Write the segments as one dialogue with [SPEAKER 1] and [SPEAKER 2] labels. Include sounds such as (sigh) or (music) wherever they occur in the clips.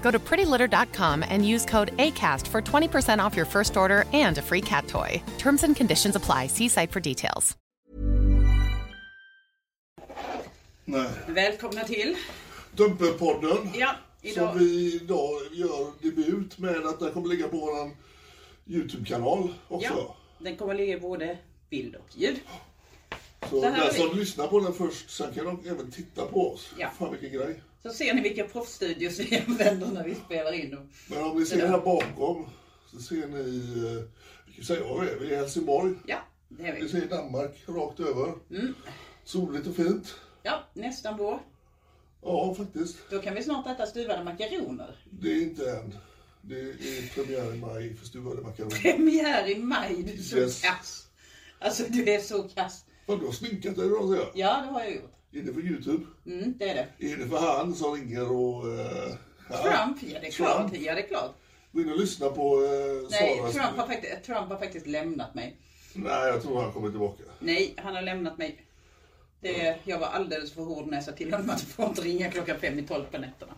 [SPEAKER 1] Go to prettylitter.com and use code ACAST for 20% off your first order and a free cat toy. Terms and conditions apply. See site for details.
[SPEAKER 2] Nej.
[SPEAKER 3] Välkomna till.
[SPEAKER 2] Dumpepodden.
[SPEAKER 3] Ja, idag.
[SPEAKER 2] Som vi idag gör debut med att den kommer ligga på vår YouTube-kanal också.
[SPEAKER 3] Ja, den kommer ligga i både bild och ljud.
[SPEAKER 2] Så
[SPEAKER 3] Så här
[SPEAKER 2] den
[SPEAKER 3] har vi-
[SPEAKER 2] som lyssnar på den först, sen kan de även titta på oss.
[SPEAKER 3] Ja.
[SPEAKER 2] Fan vilken grej.
[SPEAKER 3] Så ser ni vilka proffsstudios vi (laughs) använder när vi spelar in dem.
[SPEAKER 2] Men om ni ser
[SPEAKER 3] där.
[SPEAKER 2] här bakom så ser ni, eh, vi kan säga var vi är, vi är i Helsingborg.
[SPEAKER 3] Ja, det är
[SPEAKER 2] Vi
[SPEAKER 3] vi.
[SPEAKER 2] ser Danmark rakt över.
[SPEAKER 3] Mm.
[SPEAKER 2] Soligt och fint.
[SPEAKER 3] Ja, nästan vår.
[SPEAKER 2] Ja, faktiskt.
[SPEAKER 3] Då kan vi snart äta stuvade makaroner.
[SPEAKER 2] Det är inte än. Det är premiär i maj för stuvade
[SPEAKER 3] (laughs)
[SPEAKER 2] makaroner.
[SPEAKER 3] Premiär i maj, du är så
[SPEAKER 2] Yes.
[SPEAKER 3] kass. Alltså du är så kass.
[SPEAKER 2] Fan, du har sminkat dig idag ser jag.
[SPEAKER 3] Ja, det har jag gjort.
[SPEAKER 2] Är det för YouTube?
[SPEAKER 3] Mm, det är det.
[SPEAKER 2] Är det för han som ringer och... Eh, ja.
[SPEAKER 3] Trump, ja det är klart.
[SPEAKER 2] Trump.
[SPEAKER 3] Ja, det är klart.
[SPEAKER 2] Gå in och lyssna på eh,
[SPEAKER 3] Nej,
[SPEAKER 2] Saras...
[SPEAKER 3] Trump har, faktiskt, Trump har faktiskt lämnat mig.
[SPEAKER 2] Nej, jag tror han kommer tillbaka.
[SPEAKER 3] Nej, han har lämnat mig. Det, jag var alldeles för hård när jag sa till honom att du får inte ringa klockan fem i tolv på nätterna.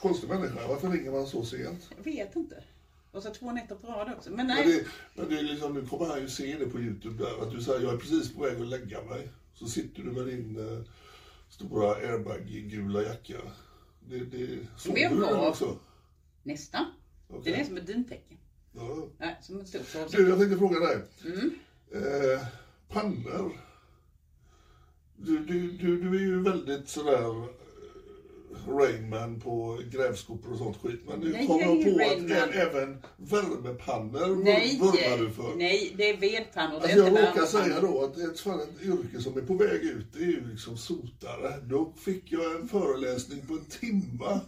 [SPEAKER 2] Konstig människa, varför ringer man så sent?
[SPEAKER 3] Jag vet inte. Och så två nätter på rad också. Men
[SPEAKER 2] Men,
[SPEAKER 3] nej,
[SPEAKER 2] det, men det är liksom, nu kommer han ju se det på YouTube där, att du säger jag är precis på väg att lägga mig. Så sitter du med din eh, stora airbag-gula jacka. Det, det såg
[SPEAKER 3] Det
[SPEAKER 2] du
[SPEAKER 3] var-
[SPEAKER 2] den också.
[SPEAKER 3] nästan.
[SPEAKER 2] Okej.
[SPEAKER 3] Den är som ett duntäcke.
[SPEAKER 2] Ja.
[SPEAKER 3] Nej, som ett stort sovsäck.
[SPEAKER 2] Du, jag tänkte fråga dig.
[SPEAKER 3] Mm.
[SPEAKER 2] Eh, pannor. Du, du, du, du är ju väldigt sådär eh, Rainman på grävskopor och sånt skit. Men nu
[SPEAKER 3] Nej,
[SPEAKER 2] kommer
[SPEAKER 3] jag är
[SPEAKER 2] jag på att
[SPEAKER 3] Rain Man.
[SPEAKER 2] ä- även värmepannor vur-
[SPEAKER 3] Nej, eh,
[SPEAKER 2] vurmar du för.
[SPEAKER 3] nej, det är vedpannor. Det är
[SPEAKER 2] Alltså jag
[SPEAKER 3] inte
[SPEAKER 2] råkar
[SPEAKER 3] värmepannor.
[SPEAKER 2] säga då att ett, fan, ett yrke som är på väg ut, det är ju liksom sotare. Då fick jag en föreläsning på en timma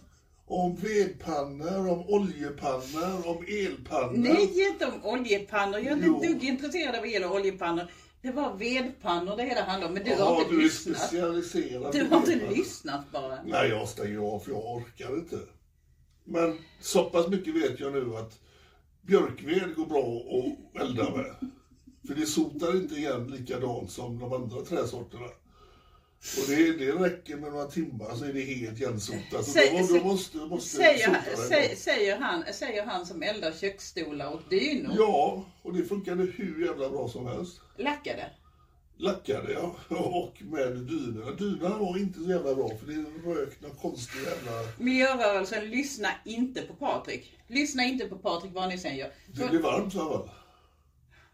[SPEAKER 2] om vedpannor, om oljepannor, om elpannor.
[SPEAKER 3] Nej, inte om oljepannor. Jag är inte
[SPEAKER 2] Jo.
[SPEAKER 3] ett dugg intresserad av el och oljepannor. Det var vedpannor det hela handlade om. Men du har
[SPEAKER 2] Ja,
[SPEAKER 3] inte
[SPEAKER 2] du är
[SPEAKER 3] lyssnat.
[SPEAKER 2] specialiserad.
[SPEAKER 3] Du
[SPEAKER 2] på
[SPEAKER 3] har inte
[SPEAKER 2] vedpannor.
[SPEAKER 3] lyssnat bara.
[SPEAKER 2] Nej, jag stänger av för jag orkar inte. Men så pass mycket vet jag nu att björkved går bra att elda med. För det sotar inte igen likadant som de andra träsorterna. Och det, det räcker med några timmar så är det helt igensotat. Så
[SPEAKER 3] Säg-
[SPEAKER 2] då, då måste, måste
[SPEAKER 3] Säger,
[SPEAKER 2] sota
[SPEAKER 3] säger,
[SPEAKER 2] det.
[SPEAKER 3] säger, han, säger han som eldar köksstolar och dynor.
[SPEAKER 2] Ja, och det funkade hur jävla bra som helst.
[SPEAKER 3] Lackade.
[SPEAKER 2] Lackade jag (laughs) och med dynorna. Dynorna var inte så jävla bra för det rök någon konstig jävla...
[SPEAKER 3] Miljörörelsen, lyssna inte på Patrik. Lyssna inte på Patrik vad ni sen gör.
[SPEAKER 2] Det blev varmt i alla fall.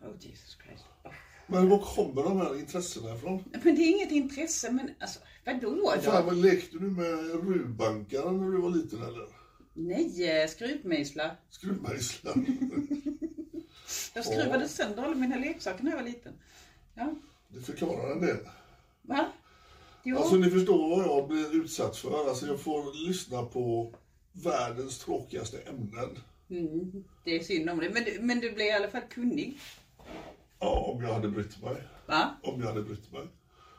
[SPEAKER 3] Oh Jesus Christ.
[SPEAKER 2] Men var kommer de här intressena ifrån?
[SPEAKER 3] Men det är inget intresse, men alltså vadå då?
[SPEAKER 2] Fan, vad lekte du med rudbankaren när du var liten eller?
[SPEAKER 3] Nej, eh, skruvmejsla.
[SPEAKER 2] Skruvmejslan.
[SPEAKER 3] Jag skruvade sönder alla mina leksaker när jag var liten. Ja,
[SPEAKER 2] (laughs) Det förklarar en del.
[SPEAKER 3] va? Jo,
[SPEAKER 2] Alltså ni förstår vad jag blir utsatt för. Alltså jag får lyssna på världens tråkigaste ämnen.
[SPEAKER 3] det är synd om det. Men, du- men du blev i alla fall kunnig.
[SPEAKER 2] Ja, om jag hade brytt mig.
[SPEAKER 3] Va?
[SPEAKER 2] Om jag hade brytt mig.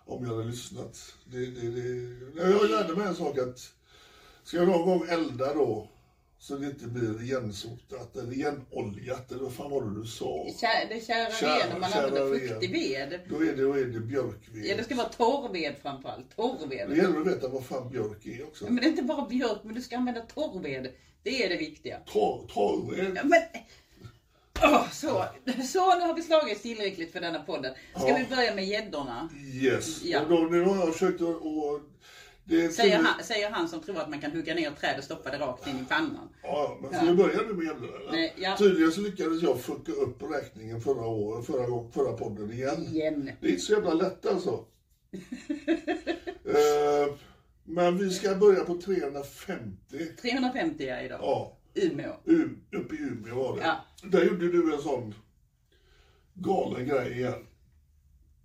[SPEAKER 2] Om jag hade lyssnat. Det, det, det... Nej, Jag lärde mig en sak att ska jag någon gång elda då Så det inte blir igensotat eller igenoljat eller vad fan var det du sa?
[SPEAKER 3] Kär, det kärar
[SPEAKER 2] Kärar-
[SPEAKER 3] ved om man använder
[SPEAKER 2] kärar
[SPEAKER 3] fuktig ved.
[SPEAKER 2] Då är det, då är det björkved.
[SPEAKER 3] Ja, det ska vara torrved framförallt.
[SPEAKER 2] Det
[SPEAKER 3] Torrved.
[SPEAKER 2] gäller att veta vad fan björk är också.
[SPEAKER 3] Men det är inte bara björk, men du ska använda torrved. Det är det viktiga.
[SPEAKER 2] Tor- Torrved.
[SPEAKER 3] Ja, Men... Åh, så. så, nu har vi slagit tillräckligt för denna podden. Ska vi börja med gäddorna?
[SPEAKER 2] Yes.
[SPEAKER 3] Ja.
[SPEAKER 2] Och då, nu har jag försökt att... Och det är
[SPEAKER 3] Säger
[SPEAKER 2] till-
[SPEAKER 3] han, säger han som tror att man kan hugga ner ett träd och stoppa det rakt in i pannan.
[SPEAKER 2] Ja, men ska vi börja nu med gäddorna?
[SPEAKER 3] Nej, ja.
[SPEAKER 2] Tydligen så lyckades jag fucka upp räkningen förra, år, förra, gång- förra podden igen.
[SPEAKER 3] Igen.
[SPEAKER 2] Det är inte så jävla lätt alltså. eh, men vi ska börja på 350.
[SPEAKER 3] 350 är idag.
[SPEAKER 2] Ja,
[SPEAKER 3] Umeå.
[SPEAKER 2] U- uppe i Umeå var det.
[SPEAKER 3] Ja.
[SPEAKER 2] Där gjorde du en sån galen grej igen.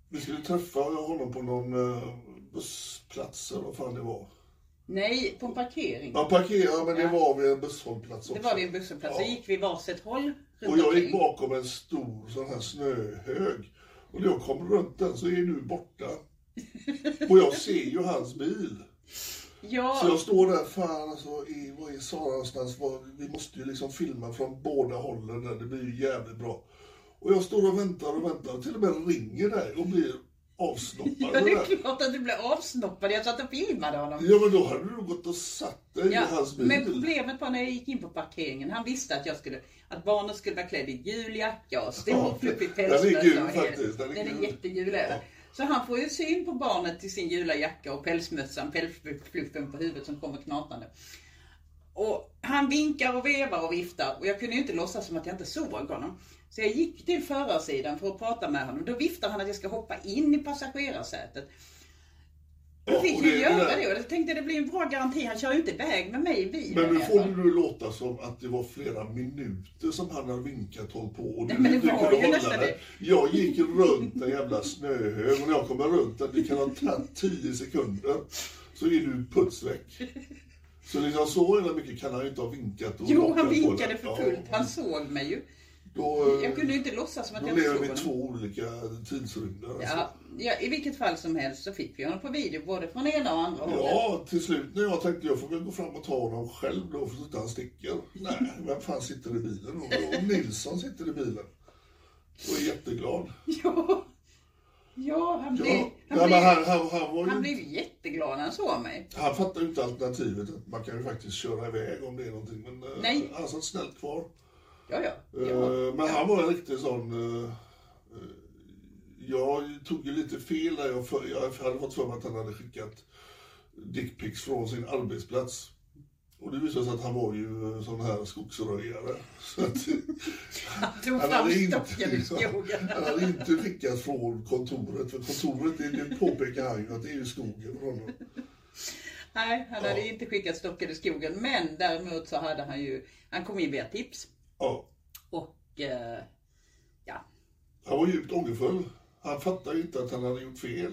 [SPEAKER 2] Vi skulle träffa honom på någon eh, bussplats eller vad fan det var.
[SPEAKER 3] Nej, på en parkering.
[SPEAKER 2] Man parkerade men det var vid en busshållplats också.
[SPEAKER 3] Det var vid en busshållplats. Så gick vi varsitt håll runt
[SPEAKER 2] Och jag gick
[SPEAKER 3] omkring.
[SPEAKER 2] bakom en stor sån här snöhög. Och när jag kom runt den så är du borta. Och jag ser ju hans bil. Så
[SPEAKER 3] Ja,
[SPEAKER 2] jag står där, fan alltså, i, var är Sara någonstans? Var, vi måste ju liksom filma från båda hållen där, det blir ju jävligt bra. Och jag står och väntar och väntar, till och med ringer där och blir avsnoppad.
[SPEAKER 3] ja, det
[SPEAKER 2] där.
[SPEAKER 3] är klart att du blev avsnoppad. Jag satt och filmade honom.
[SPEAKER 2] Ja men då hade du gått och satt dig i hans bil.
[SPEAKER 3] men problemet var när jag gick in på parkeringen. Han visste att jag skulle, att barnet skulle vara klädd i juljacka och
[SPEAKER 2] Ja,
[SPEAKER 3] stor fluffig
[SPEAKER 2] den är
[SPEAKER 3] pälsmössa.
[SPEAKER 2] gul
[SPEAKER 3] och hel-
[SPEAKER 2] faktiskt, den
[SPEAKER 3] Den
[SPEAKER 2] är
[SPEAKER 3] är
[SPEAKER 2] gul.
[SPEAKER 3] jättegul är den. Så han får ju syn på barnet i sin gula jacka och pälsmössan, pälsfluffen på huvudet som kommer knatande. Och han vinkar och vevar och viftar och jag kunde ju inte låtsas som att jag inte såg honom. Så jag gick till förarsidan för att prata med honom. Då viftar han att jag ska hoppa in i passagerarsätet. Då
[SPEAKER 2] Ja,
[SPEAKER 3] fick
[SPEAKER 2] och
[SPEAKER 3] jag
[SPEAKER 2] det-
[SPEAKER 3] göra
[SPEAKER 2] det-
[SPEAKER 3] det och jag tänkte det blir en bra garanti. Han kör ju inte iväg med mig i bilen.
[SPEAKER 2] Men nu
[SPEAKER 3] i alla
[SPEAKER 2] får
[SPEAKER 3] fall.
[SPEAKER 2] det nu låta som att det var flera minuter som han hade vinkat håll på och du
[SPEAKER 3] Nej, men det
[SPEAKER 2] inte
[SPEAKER 3] var
[SPEAKER 2] kunde
[SPEAKER 3] ju
[SPEAKER 2] hålla
[SPEAKER 3] nästan
[SPEAKER 2] dig. Jag gick runt en jävla snöhög och när jag kommer runt den, det kan ha tagit 10 sekunder, så är du putsväck. Så liksom så jävla mycket kan han ju inte ha vinkat. Och
[SPEAKER 3] Jo,
[SPEAKER 2] lockat
[SPEAKER 3] han
[SPEAKER 2] på
[SPEAKER 3] vinkade
[SPEAKER 2] dig.
[SPEAKER 3] för fullt.
[SPEAKER 2] Ja,
[SPEAKER 3] Han såg mig ju.
[SPEAKER 2] då, eh,
[SPEAKER 3] Jag kunde ju inte låtsas som att
[SPEAKER 2] då
[SPEAKER 3] jag inte
[SPEAKER 2] lever
[SPEAKER 3] såg
[SPEAKER 2] vi i
[SPEAKER 3] honom.
[SPEAKER 2] två olika tidsrymder. alltså.
[SPEAKER 3] Ja, ja, I vilket fall som helst så fick vi honom på video både från ena och andra hållet. (laughs)
[SPEAKER 2] Ja, till slut när jag tänkte jag får väl gå fram och ta honom själv då, för så inte han sticker. Nej, vem fan sitter i bilen då? Och Nilsson sitter i bilen. Och är jätteglad.
[SPEAKER 3] Ja, ja han blev,
[SPEAKER 2] Ja,
[SPEAKER 3] han,
[SPEAKER 2] ja,
[SPEAKER 3] blev,
[SPEAKER 2] men han, han, han, var
[SPEAKER 3] han
[SPEAKER 2] ju,
[SPEAKER 3] blev jätteglad när han såg mig.
[SPEAKER 2] han fattar ju inte alternativet att man kan ju faktiskt köra iväg om det är någonting. Men eh,
[SPEAKER 3] Nej.
[SPEAKER 2] han satt snällt kvar.
[SPEAKER 3] Ja, ja.
[SPEAKER 2] Eh,
[SPEAKER 3] ja.
[SPEAKER 2] Men han var en riktig sån... eh, eh, Jag tog ju lite fel där. Jag, för, jag hade fått för mig att han hade skickat dickpics från sin arbetsplats. Och det visade sig att han var ju eh, sån här skogsröjare. (laughs) Så att,
[SPEAKER 3] Han tog
[SPEAKER 2] han,
[SPEAKER 3] fram
[SPEAKER 2] hade
[SPEAKER 3] stocken ur
[SPEAKER 2] inte,
[SPEAKER 3] skogen.
[SPEAKER 2] (laughs) han hade inte skickat från kontoret. För kontoret, det, det påpekar han ju att det är ju skogen för honom.
[SPEAKER 3] Nej, han hade inte skickat stocken ur skogen. Men däremot så hade han ju, han kom in via tips.
[SPEAKER 2] Ja,
[SPEAKER 3] Och eh, ja,
[SPEAKER 2] han var djupt ångerfull. Han fattade ju inte att han hade gjort fel.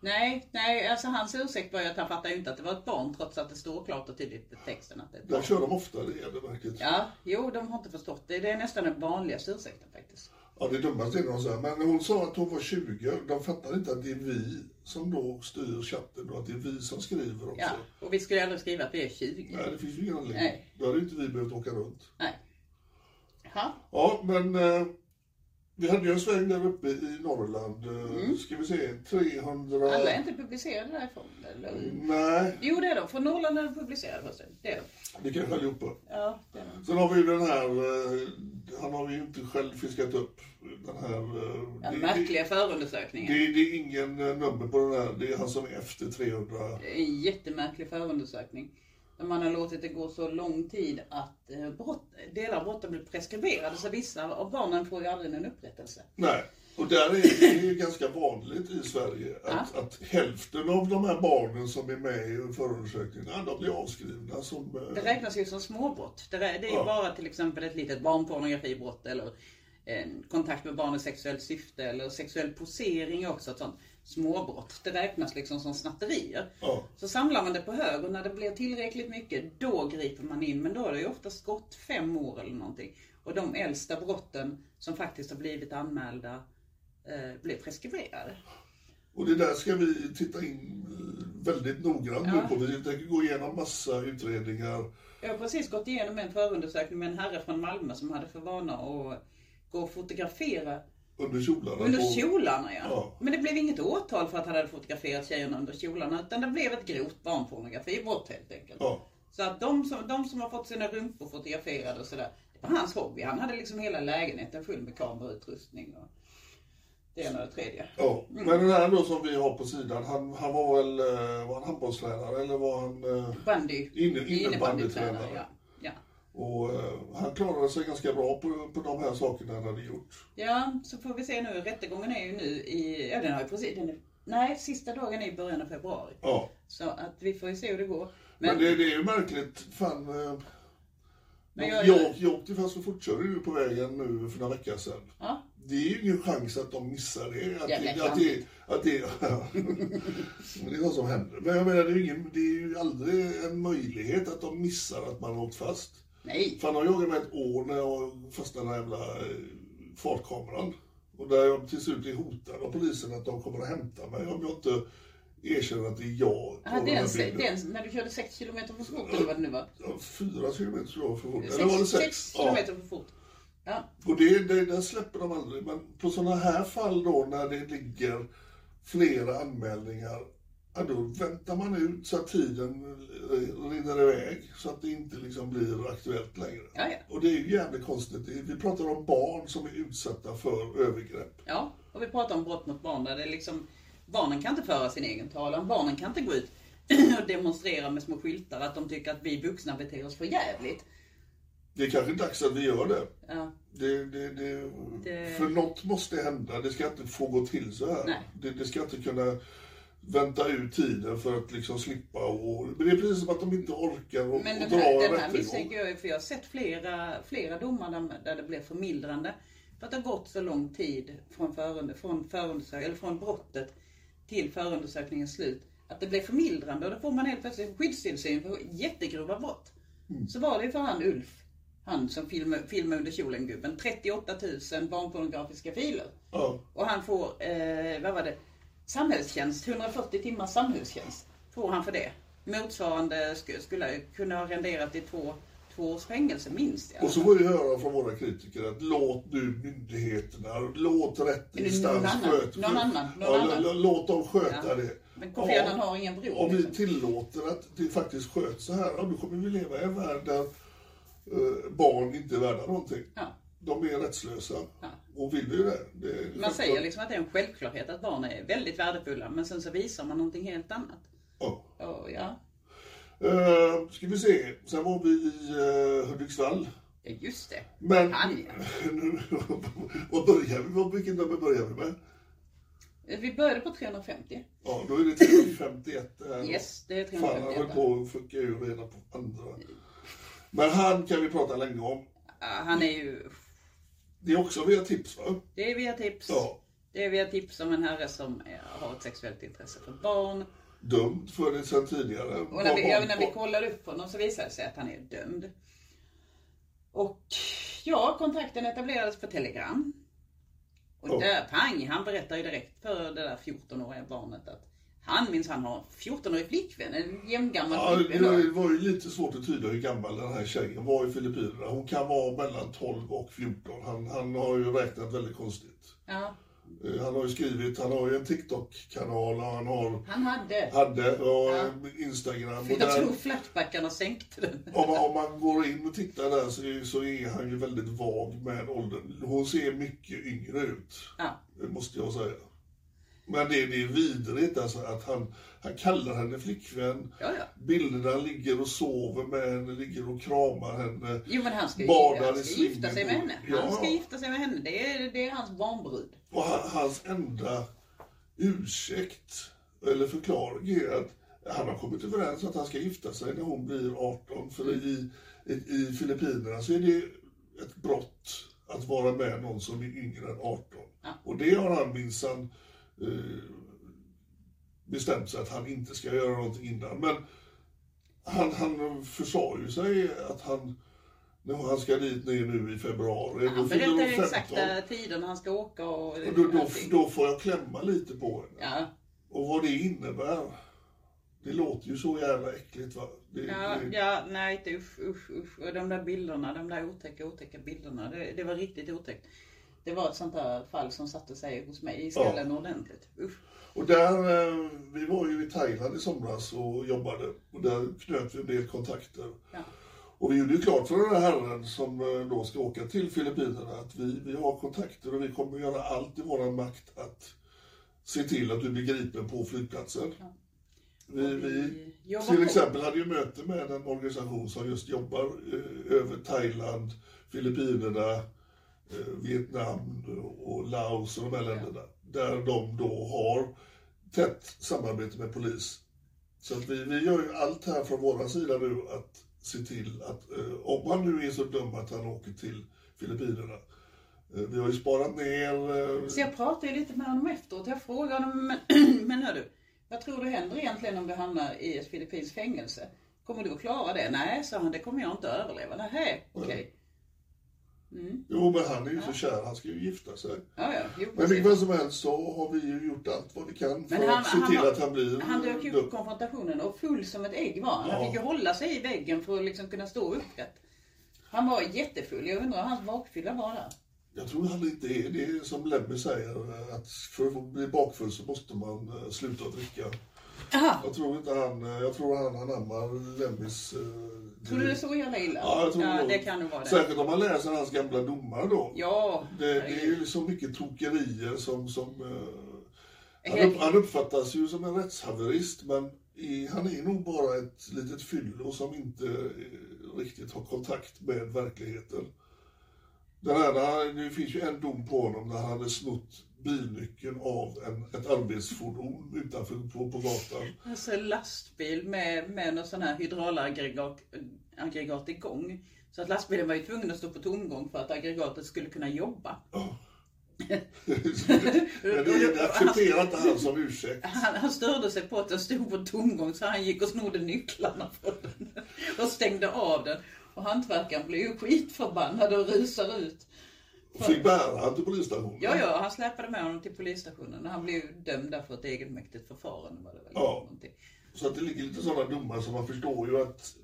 [SPEAKER 3] nej, nej, alltså hans ursäkt var ju att han fattade ju inte att det var ett barn trots att det står klart och tydligt i texten att det är ett barn.
[SPEAKER 2] Där kör de ofta, det är verkligen.
[SPEAKER 3] Ja, jo, de har inte förstått det. Det är nästan den vanligaste ursäkten faktiskt.
[SPEAKER 2] Ja, det dummaste är när de säger, men hon sa att hon var 20. De fattar inte att det är vi som då styr chatten och att det är vi som skriver också.
[SPEAKER 3] Ja, och vi skulle aldrig skriva att vi är 20.
[SPEAKER 2] Nej, det finns ju ingen anledning.
[SPEAKER 3] Nej.
[SPEAKER 2] Då hade ju inte vi behövt åka runt.
[SPEAKER 3] Nej. Jaha.
[SPEAKER 2] Ja, men eh, vi hade ju en sväng där uppe i Norrland. Eh,
[SPEAKER 3] Mm.
[SPEAKER 2] Ska vi se, 300...
[SPEAKER 3] Alla är inte publicerade därifrån. Eller?
[SPEAKER 2] Nej,
[SPEAKER 3] Jo, det är de. Från Norrland är de publicerade. först. Det är de.
[SPEAKER 2] det kan jag följa upp på.
[SPEAKER 3] Ja, det är de.
[SPEAKER 2] Sen har vi ju den här, eh, han har vi ju inte själv fiskat upp. Den här... eh,
[SPEAKER 3] Den
[SPEAKER 2] det-
[SPEAKER 3] märkliga
[SPEAKER 2] Det,
[SPEAKER 3] förundersökningen.
[SPEAKER 2] det, det är ingen eh, nummer på den här, det är han som är efter 300.
[SPEAKER 3] Det är En jättemärklig förundersökning. Där man har låtit det gå så lång tid att eh, brott, delar av brotten blir preskriberade så vissa av barnen får ju aldrig någon upprättelse.
[SPEAKER 2] Nej, och där är det ju ganska vanligt i Sverige att, att hälften av de här barnen som är med i förundersökningen, ja, de blir avskrivna som... eh,
[SPEAKER 3] Det räknas ju som småbrott. Det är, det är ju
[SPEAKER 2] Ja.
[SPEAKER 3] bara till exempel ett litet barnpornografibrott eller eh, kontakt med barn i sexuellt syfte eller sexuell posering är också ett sånt småbrott. Det räknas liksom som snatterier.
[SPEAKER 2] Ja.
[SPEAKER 3] Så samlar man det på hög och när det blir tillräckligt mycket då griper man in. Men då har det ju oftast gått fem år eller någonting. Och de äldsta brotten som faktiskt har blivit anmälda eh, blir preskriberade.
[SPEAKER 2] Och det där ska vi titta in eh, väldigt noggrant nu på. Vi tänker gå igenom massa utredningar
[SPEAKER 3] Jag har precis gått igenom en förundersökning med en herre från Malmö som hade för vana att gå och fotografera
[SPEAKER 2] Under kjolarna.
[SPEAKER 3] under
[SPEAKER 2] på-
[SPEAKER 3] kjolarna. Ja.
[SPEAKER 2] Ja.
[SPEAKER 3] Men det blev inget åtal för att han hade fotograferat tjejerna under kjolarna utan det blev ett grovt barnpornografibrott helt enkelt.
[SPEAKER 2] Ja.
[SPEAKER 3] Så att de som, de som har fått sina rumpor fotograferade och sådär, det var hans hobby. Han hade liksom hela lägenheten full med kamerautrustning och det ena och det tredje.
[SPEAKER 2] Ja, men den här då som vi har på sidan, han, han var väl eh, var han handbollstränare eller var han... eh,
[SPEAKER 3] Bandy.
[SPEAKER 2] Inne-
[SPEAKER 3] innebandytränare,
[SPEAKER 2] innebandytränare.
[SPEAKER 3] Ja. Ja.
[SPEAKER 2] Och eh, han klarade sig ganska bra på, på de här sakerna han hade gjort.
[SPEAKER 3] ja, så får vi se nu. Rättegången är ju nu i, ja den har ju precis, den är, nej sista dagen är i början av februari.
[SPEAKER 2] Ja.
[SPEAKER 3] Så att vi får ju se hur det går.
[SPEAKER 2] Men,
[SPEAKER 3] Men,
[SPEAKER 2] det, det är ju märkligt, fan... Eh,
[SPEAKER 3] Men
[SPEAKER 2] jag,
[SPEAKER 3] jag-
[SPEAKER 2] jag, åkte fast för fortkörning nu på vägen nu för några veckor sedan.
[SPEAKER 3] ja,
[SPEAKER 2] Det är ju ingen chans att de missar det. Att
[SPEAKER 3] Jävla
[SPEAKER 2] det, att det, att det, (laughs) Men det är vad som händer. Men jag menar, det är, ju ingen, det är ju aldrig en möjlighet att de missar att man har åkt fast.
[SPEAKER 3] nej.
[SPEAKER 2] Fan, jag jagade mig ett år när jag fastnade i den här jävla eh, fartkameran. Och där jag till slut är hotad av polisen att de kommer att hämta mig om jag inte erkänner att det är jag.
[SPEAKER 3] Ah,
[SPEAKER 2] den här
[SPEAKER 3] den,
[SPEAKER 2] bilden.
[SPEAKER 3] den, när du körde 6 km för fort eller vad det nu var.
[SPEAKER 2] Ja, Fyra kilometer tror jag för fort. Eller var det
[SPEAKER 3] 6,
[SPEAKER 2] sex? Ja.
[SPEAKER 3] km för fort. Ja,
[SPEAKER 2] Och det, det, det släpper de aldrig. Men på sådana här fall då när det ligger flera anmälningar, ja, då väntar man ut så att tiden eh, rinner iväg så att det inte liksom blir aktuellt längre.
[SPEAKER 3] ja, ja.
[SPEAKER 2] Och det är ju jävligt konstigt. Vi pratar om barn som är utsatta för övergrepp.
[SPEAKER 3] Ja, och vi pratar om brott mot barn där det är liksom, barnen kan inte föra sin egen talan. Barnen kan inte gå ut (laughs) och demonstrera med små skyltar att de tycker att vi vuxna beter oss för jävligt.
[SPEAKER 2] Det är kanske dags att vi gör det.
[SPEAKER 3] Ja,
[SPEAKER 2] Det, det, det,
[SPEAKER 3] Det-
[SPEAKER 2] För något måste hända. Det ska inte få gå till så här.
[SPEAKER 3] Nej.
[SPEAKER 2] Det, det ska inte kunna vänta ut tiden för att liksom slippa och... Men det är precis som att de inte orkar och,
[SPEAKER 3] men
[SPEAKER 2] och dra
[SPEAKER 3] den här,
[SPEAKER 2] en
[SPEAKER 3] den här
[SPEAKER 2] rättegång.
[SPEAKER 3] misstänker jag ju, för jag har sett flera, flera domar där, där det blev förmildrande. För att det har gått så lång tid från, förund, från, förundersök, eller från brottet till förundersökningens slut. Att det blev förmildrande och då får man helt plötsligt skyddstillsyn för jättegrova brott. Så var det ju för han Ulf, han som filmade, filmade under kjolen-gubben, 38 000 barnpornografiska filer.
[SPEAKER 2] Ja.
[SPEAKER 3] Och han får, eh, vad var det, samhällstjänst, 140 timmars samhällstjänst får han för det. Motsvarande sk- skulle kunna ha renderat i två, två års fängelse minst. i alla
[SPEAKER 2] Och så
[SPEAKER 3] fall.
[SPEAKER 2] får vi höra från våra kritiker att låt nu myndigheterna, låt rätt
[SPEAKER 3] Eller
[SPEAKER 2] instans
[SPEAKER 3] någon annan.
[SPEAKER 2] sköta
[SPEAKER 3] Någon annan, någon
[SPEAKER 2] ja,
[SPEAKER 3] annan.
[SPEAKER 2] lå- Låt dem sköta
[SPEAKER 3] Ja.
[SPEAKER 2] det.
[SPEAKER 3] Men kopian
[SPEAKER 2] Ja.
[SPEAKER 3] har ingen bror.
[SPEAKER 2] Om vi
[SPEAKER 3] liksom.
[SPEAKER 2] tillåter att det faktiskt sköts så här, ja, då kommer vi leva i en värld där eh, barn inte är värda någonting.
[SPEAKER 3] Ja.
[SPEAKER 2] De är rättslösa
[SPEAKER 3] Ja.
[SPEAKER 2] och vill ju det. det är
[SPEAKER 3] Man
[SPEAKER 2] självklart.
[SPEAKER 3] säger liksom att det är en självklarhet att barn är väldigt värdefulla men sen så visar man någonting helt annat. liksom-
[SPEAKER 2] Ja.
[SPEAKER 3] Och, ja.
[SPEAKER 2] Eh, ska vi se, sen var vi i eh, Hudiksvall.
[SPEAKER 3] ja, just det.
[SPEAKER 2] Men
[SPEAKER 3] Han, ja.
[SPEAKER 2] (laughs) nu, vad börjar vi med? Vilken nummer börjar vi med?
[SPEAKER 3] Vi började på 350.
[SPEAKER 2] Ja, då är det 351. här.
[SPEAKER 3] Yes, det är
[SPEAKER 2] Fan, han
[SPEAKER 3] 351.
[SPEAKER 2] höll på att fucka ur redan på andra. Men han kan vi prata länge om.
[SPEAKER 3] Ja, Han är ju...
[SPEAKER 2] Det är också via tips va?
[SPEAKER 3] Det är via tips.
[SPEAKER 2] Ja.
[SPEAKER 3] Det är via tips om en herre som eh, har ett sexuellt intresse för barn.
[SPEAKER 2] dömd för det sedan tidigare.
[SPEAKER 3] Och när vi,
[SPEAKER 2] Var-
[SPEAKER 3] även när vi
[SPEAKER 2] var-
[SPEAKER 3] kollade upp honom så visade det sig att han är dömd. Och ja, kontakten etablerades på telegram. Och
[SPEAKER 2] Ja.
[SPEAKER 3] där, pang, han berättar ju direkt för det där 14-åriga barnet att han minns han har en 14-årig flickvän, en jämngammal
[SPEAKER 2] Ja,
[SPEAKER 3] flickvän.
[SPEAKER 2] det var ju-
[SPEAKER 3] då.
[SPEAKER 2] var ju lite svårt att tyda hur gammal den här tjejen var i Filippinerna. Hon kan vara mellan 12 och 14. Han, han har ju räknat väldigt konstigt.
[SPEAKER 3] Ja,
[SPEAKER 2] Eh, Han har ju skrivit, han har ju en TikTok-kanal och han har,
[SPEAKER 3] han hade.
[SPEAKER 2] hade, och
[SPEAKER 3] Ja.
[SPEAKER 2] eh, Instagram. Och
[SPEAKER 3] Jag
[SPEAKER 2] där,
[SPEAKER 3] tror flashbackarna sänkte den.
[SPEAKER 2] om, man, om man går in och tittar där så är, så är han ju väldigt vag med åldern. Hon ser mycket yngre ut.
[SPEAKER 3] Ja.
[SPEAKER 2] Det måste jag säga. Men det, det är vidrigt alltså att han, han kallar henne flickvän.
[SPEAKER 3] Ja, ja.
[SPEAKER 2] Bilderna ligger och sover med henne, ligger och kramar henne.
[SPEAKER 3] Jo men han ska, ju,
[SPEAKER 2] Badar
[SPEAKER 3] han
[SPEAKER 2] i
[SPEAKER 3] ska gifta sig med
[SPEAKER 2] swimmingpool.
[SPEAKER 3] henne. Han
[SPEAKER 2] Ja.
[SPEAKER 3] ska gifta sig med henne. Det är, det är hans barnbrud.
[SPEAKER 2] Och han, hans enda ursäkt, eller förklaring, är att han har kommit överens att han ska gifta sig när hon blir 18. För i, i, i Filippinerna så är det ett brott att vara med någon som är yngre än 18.
[SPEAKER 3] Ja.
[SPEAKER 2] Och det har han minsann eh, bestämt sig att han inte ska göra någonting innan. Men han, han försade ju sig att han, när han ska dit ner nu i februari. då
[SPEAKER 3] Han
[SPEAKER 2] fyller hon
[SPEAKER 3] berättar ju
[SPEAKER 2] 15.
[SPEAKER 3] exakta tiden han ska åka och,
[SPEAKER 2] Och Då, då,
[SPEAKER 3] allting.
[SPEAKER 2] då får jag klämma lite på henne.
[SPEAKER 3] Ja,
[SPEAKER 2] Och vad det innebär. Det låter ju så jävla äckligt va. Det- Det,
[SPEAKER 3] Ja,
[SPEAKER 2] det,
[SPEAKER 3] ja, nej usch, usch, usch. Och de där bilderna, de där otäcka, otäcka bilderna. Det, det var riktigt otäckt. Det var ett sånt där fall som satte sig hos mig i skallen ordentligt. Usch.
[SPEAKER 2] Och där, eh, vi var ju i Thailand i somras och jobbade och där knöt vi en del kontakter.
[SPEAKER 3] Ja.
[SPEAKER 2] Och vi gjorde ju klart för den här herren som eh, då ska åka till Filippinerna att vi, vi har kontakter och vi kommer göra allt i vår makt att se till att du blir gripen på flygplatsen. Vi, vi
[SPEAKER 3] jobbar
[SPEAKER 2] till
[SPEAKER 3] på.
[SPEAKER 2] exempel hade ju möte med en organisation som just jobbar eh, över Thailand, Filippinerna, eh, Vietnam och Laos och de här länderna. Där de då har tätt samarbete med polis. Så att vi, vi gör ju allt här från våra sida nu att se till att eh, om han nu är så dum att han åker till Filippinerna. Eh, vi har ju sparat ner eh,
[SPEAKER 3] Så jag pratade ju lite med honom efteråt. Jag frågade honom, men, (clears throat) men hörru, vad tror du händer egentligen om du hamnar i ett filippinskt fängelse? Kommer du att klara det? Nej, sa han, det kommer jag inte att överleva. Nähä, okej.
[SPEAKER 2] Jo, men han är ju så kär, han ska ju gifta sig.
[SPEAKER 3] Ja, ja, jo,
[SPEAKER 2] Men
[SPEAKER 3] precis.
[SPEAKER 2] vilken som helst så har vi ju gjort allt vad vi kan för
[SPEAKER 3] Men han,
[SPEAKER 2] att se till
[SPEAKER 3] var-
[SPEAKER 2] att han blir
[SPEAKER 3] han dök ju
[SPEAKER 2] dum.
[SPEAKER 3] upp i konfrontationen och full som ett ägg var han. Han
[SPEAKER 2] Ja.
[SPEAKER 3] fick ju hålla sig i väggen för att liksom kunna stå upprätt. Han var jättefull. Jag undrar hans bakfylla var där.
[SPEAKER 2] Jag tror han inte är det är som Lemmy säger, att för att bli bakfull så måste man eh, sluta dricka.
[SPEAKER 3] Aha.
[SPEAKER 2] Jag tror inte han, eh, jag tror han anammar Lemmys... eh,
[SPEAKER 3] Tror du det är så jävla illa?
[SPEAKER 2] Ja, jag tror
[SPEAKER 3] ja
[SPEAKER 2] nog.
[SPEAKER 3] det kan nog vara det.
[SPEAKER 2] Särskilt om man läser hans gamla domar då.
[SPEAKER 3] Ja,
[SPEAKER 2] Det, det är ju så mycket tokerier som... som eh, han,
[SPEAKER 3] Helt-
[SPEAKER 2] upp, han uppfattas ju som en rättshaverist men i, han är nog bara ett litet fyllo som inte eh, riktigt har kontakt med verkligheten. Den här, det finns ju en dom på honom där han hade snott bilnyckeln av en, ett arbetsfordon utanför på, på gatan.
[SPEAKER 3] Alltså lastbil med, med någon sån här hydraulaggregat aggregat igång. Så att lastbilen var ju tvungen att stå på tomgång för att aggregatet skulle kunna jobba.
[SPEAKER 2] Men det, är- det accepterar inte han som ursäkt.
[SPEAKER 3] (laughs) Han, han störde sig på att den stod på tomgång så han gick och snodde nycklarna från den och stängde av den. Och hantverkaren blev ju skitförbannad och rusar ut.
[SPEAKER 2] Fick bära han till polisstationen.
[SPEAKER 3] Ja, ja, han släpade med honom till polisstationen och han blev ju dömd där för ett egenmäktigt förfarande. Var det väl,
[SPEAKER 2] Ja.
[SPEAKER 3] någonting.
[SPEAKER 2] Så att det ligger lite sådana domar som man förstår ju att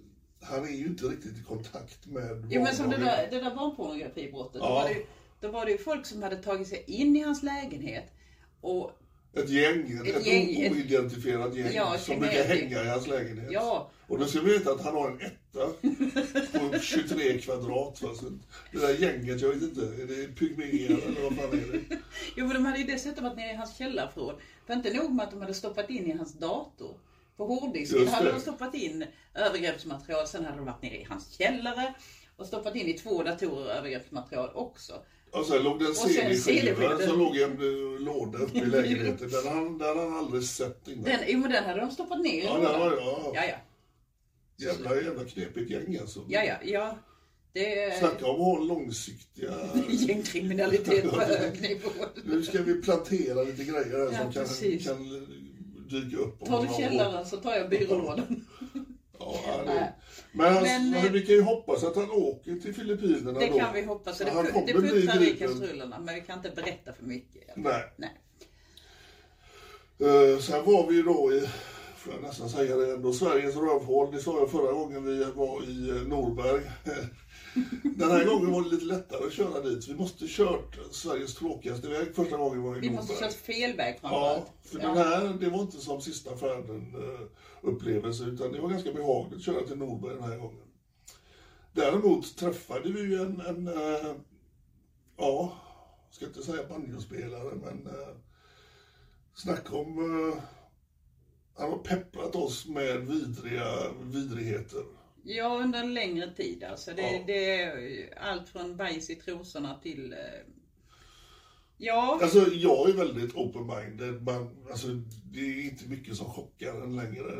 [SPEAKER 2] han är ju inte riktigt i kontakt med
[SPEAKER 3] Jo men som det
[SPEAKER 2] vardagen.
[SPEAKER 3] där, det där barnpornografibrottet. Då,
[SPEAKER 2] Ja.
[SPEAKER 3] var det, ju- då var det ju folk som hade tagit sig in i hans lägenhet. Och
[SPEAKER 2] Ett gäng, ett,
[SPEAKER 3] gäng, ett-
[SPEAKER 2] oidentifierat gäng
[SPEAKER 3] Ja, ett
[SPEAKER 2] som
[SPEAKER 3] gäng-
[SPEAKER 2] brukar
[SPEAKER 3] ett gäng.
[SPEAKER 2] hänga i hans lägenhet.
[SPEAKER 3] Ja.
[SPEAKER 2] Och då ska vi veta att han har en etta
[SPEAKER 3] (laughs)
[SPEAKER 2] på 23 kvadrat. Va? Så det där gänget, jag vet inte, är det pygméer eller vad fan är det?
[SPEAKER 3] Jo, för de hade ju dessutom varit nere i hans källarförråd. För inte nog med att de hade stoppat in i hans dator. På hårddisken
[SPEAKER 2] Just
[SPEAKER 3] hade
[SPEAKER 2] det.
[SPEAKER 3] de stoppat in övergreppsmaterial. Sen hade de varit nere i hans källare och stoppat in i två datorer övergreppsmaterial också.
[SPEAKER 2] Och sen låg det en
[SPEAKER 3] sen CD-skiva.
[SPEAKER 2] CD-skiva som låg i en eh, låda uppe i lägenheten. Den har han, den har han aldrig sett innan.
[SPEAKER 3] Den, jo, men den hade de stoppat ner i
[SPEAKER 2] Ja, den
[SPEAKER 3] lådan.
[SPEAKER 2] var, ja.
[SPEAKER 3] ja, ja.
[SPEAKER 2] Jävla, jävla knepigt gäng alltså.
[SPEAKER 3] Ja, ja, ja. Det är
[SPEAKER 2] Snacka om att ha
[SPEAKER 3] (laughs)
[SPEAKER 2] långsiktiga
[SPEAKER 3] gängkriminalitet på hög nivå.
[SPEAKER 2] Nu ska vi plantera lite grejer här som kan,
[SPEAKER 3] precis.
[SPEAKER 2] kan dyka upp. om
[SPEAKER 3] Tar du
[SPEAKER 2] några år.
[SPEAKER 3] källaren så tar jag byrålådan.
[SPEAKER 2] Ja, det är- men, han-
[SPEAKER 3] Men, eh,
[SPEAKER 2] men vi kan ju hoppas att han åker till Filippinerna
[SPEAKER 3] Det
[SPEAKER 2] då.
[SPEAKER 3] kan vi hoppas. Så Det,
[SPEAKER 2] Han
[SPEAKER 3] pu-
[SPEAKER 2] kommer
[SPEAKER 3] det
[SPEAKER 2] bli
[SPEAKER 3] puttrar i
[SPEAKER 2] gripen.
[SPEAKER 3] kastrullerna men vi kan inte berätta för mycket.
[SPEAKER 2] Nej.
[SPEAKER 3] Nej.
[SPEAKER 2] Eh, sen var vi ju då i, får jag nästan säga det ändå, Sveriges rövhål. Det sa jag förra gången vi var i eh, Norberg. (laughs) Den här gången var det lite lättare att köra dit. Vi måste kört Sveriges tråkigaste väg första gången vi var i
[SPEAKER 3] Vi
[SPEAKER 2] Norberg.
[SPEAKER 3] måste köra fel väg
[SPEAKER 2] Ja,
[SPEAKER 3] framförallt.
[SPEAKER 2] för den här, det var inte som sista färden eh, upplevelse utan det var ganska behagligt att köra till Norberg den här gången. Däremot träffade vi ju en, en eh, ja, ska inte säga banjospelare men eh, snacka om, eh, han har pepprat oss med vidriga vidrigheter.
[SPEAKER 3] Ja, under en längre tid alltså. Det,
[SPEAKER 2] Ja.
[SPEAKER 3] det är ju allt från bajs i trosorna till... eh, Ja,
[SPEAKER 2] Alltså jag är väldigt open-minded. Man, alltså, det är inte mycket som chockar en längre.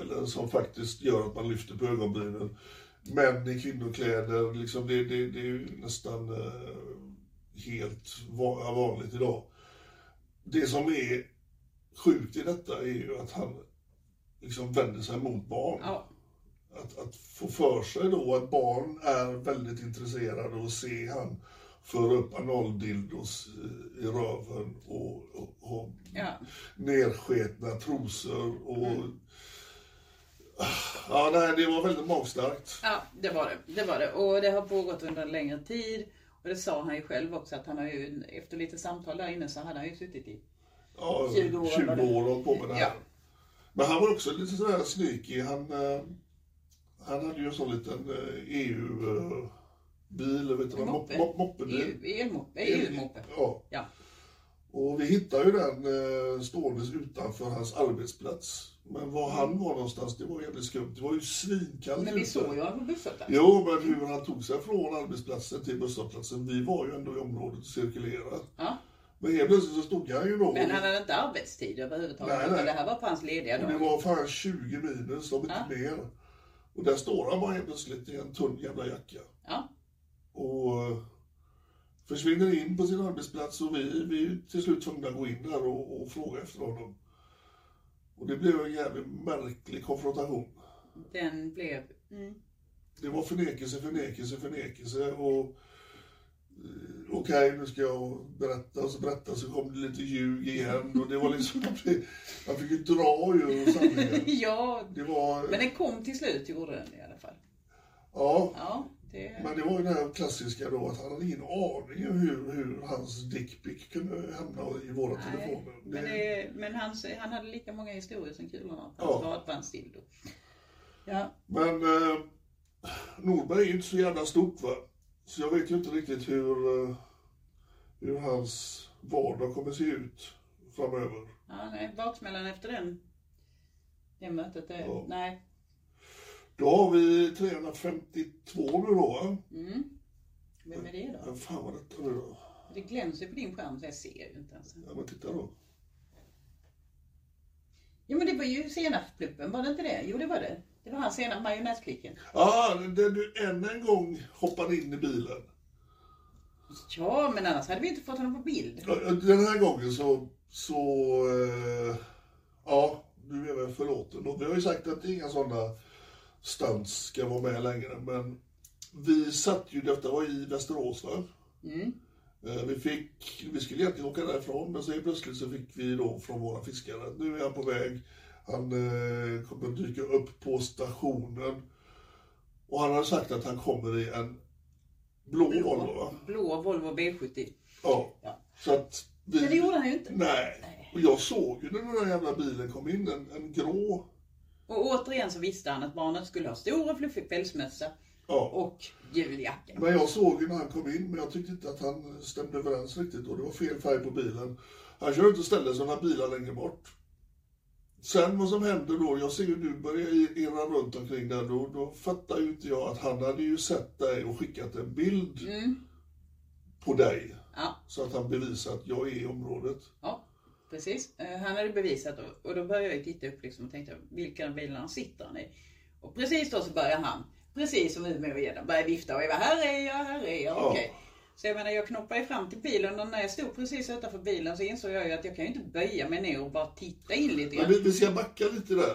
[SPEAKER 2] Eller som faktiskt gör att man lyfter på ögonbrynen. Män i kvinnokläder, liksom, det, det, det är ju nästan eh, helt va- vanligt idag. Det som är sjukt i detta är ju att han liksom vänder sig mot barn
[SPEAKER 3] ja,
[SPEAKER 2] att, att få för sig då att barn är väldigt intresserade och se han föra upp analdildos i- i röven och, och, och
[SPEAKER 3] ja. Mm.
[SPEAKER 2] nersketna trosor och Ja, Ah, nej, det var väldigt magstarkt.
[SPEAKER 3] Ja, det var det. Det var det. Och det har pågått under en längre tid. Och det sa han ju själv också att han har ju, efter lite samtal där inne så hade han ju suttit i.
[SPEAKER 2] Ja,
[SPEAKER 3] 20 år
[SPEAKER 2] 20
[SPEAKER 3] var det.
[SPEAKER 2] år har hållit på med det här.
[SPEAKER 3] Ja.
[SPEAKER 2] Men han var också lite sådär sneaky. Han, eh, han hade ju en sån liten eh, E EU-bil, vet du vad, mop-
[SPEAKER 3] Moppe. E
[SPEAKER 2] mop- moppebil.
[SPEAKER 3] EU- EU-moppe. EU-moppe.
[SPEAKER 2] Ja,
[SPEAKER 3] Ja.
[SPEAKER 2] och vi hittade ju den eh, ståendes utanför hans arbetsplats. Men var han var någonstans, det var jävligt skumt. Det var ju svinkallt
[SPEAKER 3] Mm. Men vi
[SPEAKER 2] ute.
[SPEAKER 3] såg ju honom på busshållplatsen.
[SPEAKER 2] Jo, men hur han tog sig från arbetsplatsen till busshållplatsen. Vi var ju ändå i området och cirkulerade.
[SPEAKER 3] Ja.
[SPEAKER 2] Men helt plötsligt så stod han ju då.
[SPEAKER 3] Men han hade inte arbetstid överhuvudtaget.
[SPEAKER 2] Nej,
[SPEAKER 3] utan
[SPEAKER 2] nej.
[SPEAKER 3] Det här var på hans lediga
[SPEAKER 2] Och det
[SPEAKER 3] dag.
[SPEAKER 2] var fan 20 minus, om inte mer. Och där står han bara helt plötsligt i en tunn jävla jacka.
[SPEAKER 3] Ja.
[SPEAKER 2] Och eh, försvinner in på sin arbetsplats och vi, vi är ju till slut tvungna att gå in där och, och fråga efter honom. Och det blev en jävligt märklig konfrontation.
[SPEAKER 3] Den blev... Mm.
[SPEAKER 2] Det var förnekelse, förnekelse, förnekelse och eh, okej nu ska jag berätta och så berätta så kom det lite ljug igen och det var liksom, (laughs) jag fick ju dra ju sanningen.
[SPEAKER 3] (laughs) Ja,
[SPEAKER 2] Det var,
[SPEAKER 3] men den kom till slut gjorde den i alla fall.
[SPEAKER 2] ja,
[SPEAKER 3] Ja, det...
[SPEAKER 2] Men det var ju det här klassiska då att han hade ingen aning om hur, hur hans dickpic kunde hamna i våra telefoner. Det,
[SPEAKER 3] Men, det, men han, han hade lika många historier som kulorna. Han
[SPEAKER 2] Ja.
[SPEAKER 3] svarade på hans dildo. Ja,
[SPEAKER 2] men eh, Norberg är ju inte så jävla stort va. Så jag vet ju inte riktigt hur, eh, hur hans vardag kommer se ut framöver.
[SPEAKER 3] ja nej, baksmällan efter den. Det mötet, det,
[SPEAKER 2] Ja.
[SPEAKER 3] nej.
[SPEAKER 2] Då har vi 352 nu då va?
[SPEAKER 3] Vem är det då?
[SPEAKER 2] Men fan vad detta nu då?
[SPEAKER 3] Det glänser på din skärm så jag ser ju inte ens.
[SPEAKER 2] Ja men titta då.
[SPEAKER 3] Ja men det var ju senapspluppen, var det inte det? Jo det var det. Det var han senap, majonnäsklicken.
[SPEAKER 2] Ah, där du än en gång hoppar in i bilen.
[SPEAKER 3] Ja men annars hade vi inte fått honom på bild.
[SPEAKER 2] Den här gången så, så eh, ja, nu är jag förlåten. Och vi har ju sagt att inga sådana stunts ska vara med längre. Men vi satt ju, detta var i Västerås va? Eh, Vi, fick, vi skulle egentligen åka därifrån men så helt plötsligt så fick vi då från våra fiskare att nu är han på väg. Han eh, kommer att dyka upp på stationen. Och han har sagt att han kommer i en blå Volvo va?
[SPEAKER 3] Blå Volvo B70.
[SPEAKER 2] Ja.
[SPEAKER 3] Ja.
[SPEAKER 2] Så att vi...
[SPEAKER 3] Men det gjorde han ju inte.
[SPEAKER 2] Nej. Och jag såg ju när den där jävla bilen kom in, en, en grå.
[SPEAKER 3] Och återigen så visste han att barnet skulle ha stor och fluffig pälsmössa
[SPEAKER 2] Ja.
[SPEAKER 3] och juljacka.
[SPEAKER 2] Men jag såg ju när han kom in, men jag tyckte inte att han stämde överens riktigt och det var fel färg på bilen. Han kör inte och ställer sådana bilar längre bort. Sen vad som hände då, jag ser ju du börjar i- irra runt omkring där, då, då fattar ju inte jag att han hade ju sett dig och skickat en bild
[SPEAKER 3] Mm.
[SPEAKER 2] på dig.
[SPEAKER 3] Ja.
[SPEAKER 2] Så att han bevisar att jag är i området.
[SPEAKER 3] Ja, precis. Eh, Han hade bevisat och, och då började jag ju titta upp liksom och tänkte vilka bilar han sitter han i. Och precis då så började han, precis som Umeågäddan, började vifta och jag bara, här är jag, här är jag,
[SPEAKER 2] Ja.
[SPEAKER 3] okej. Så jag menar jag knoppade ju fram till bilen och när jag stod precis utanför bilen så insåg jag ju att jag kan ju inte böja mig ner och bara titta in lite
[SPEAKER 2] Men
[SPEAKER 3] grann.
[SPEAKER 2] vi, vi ska backa lite där.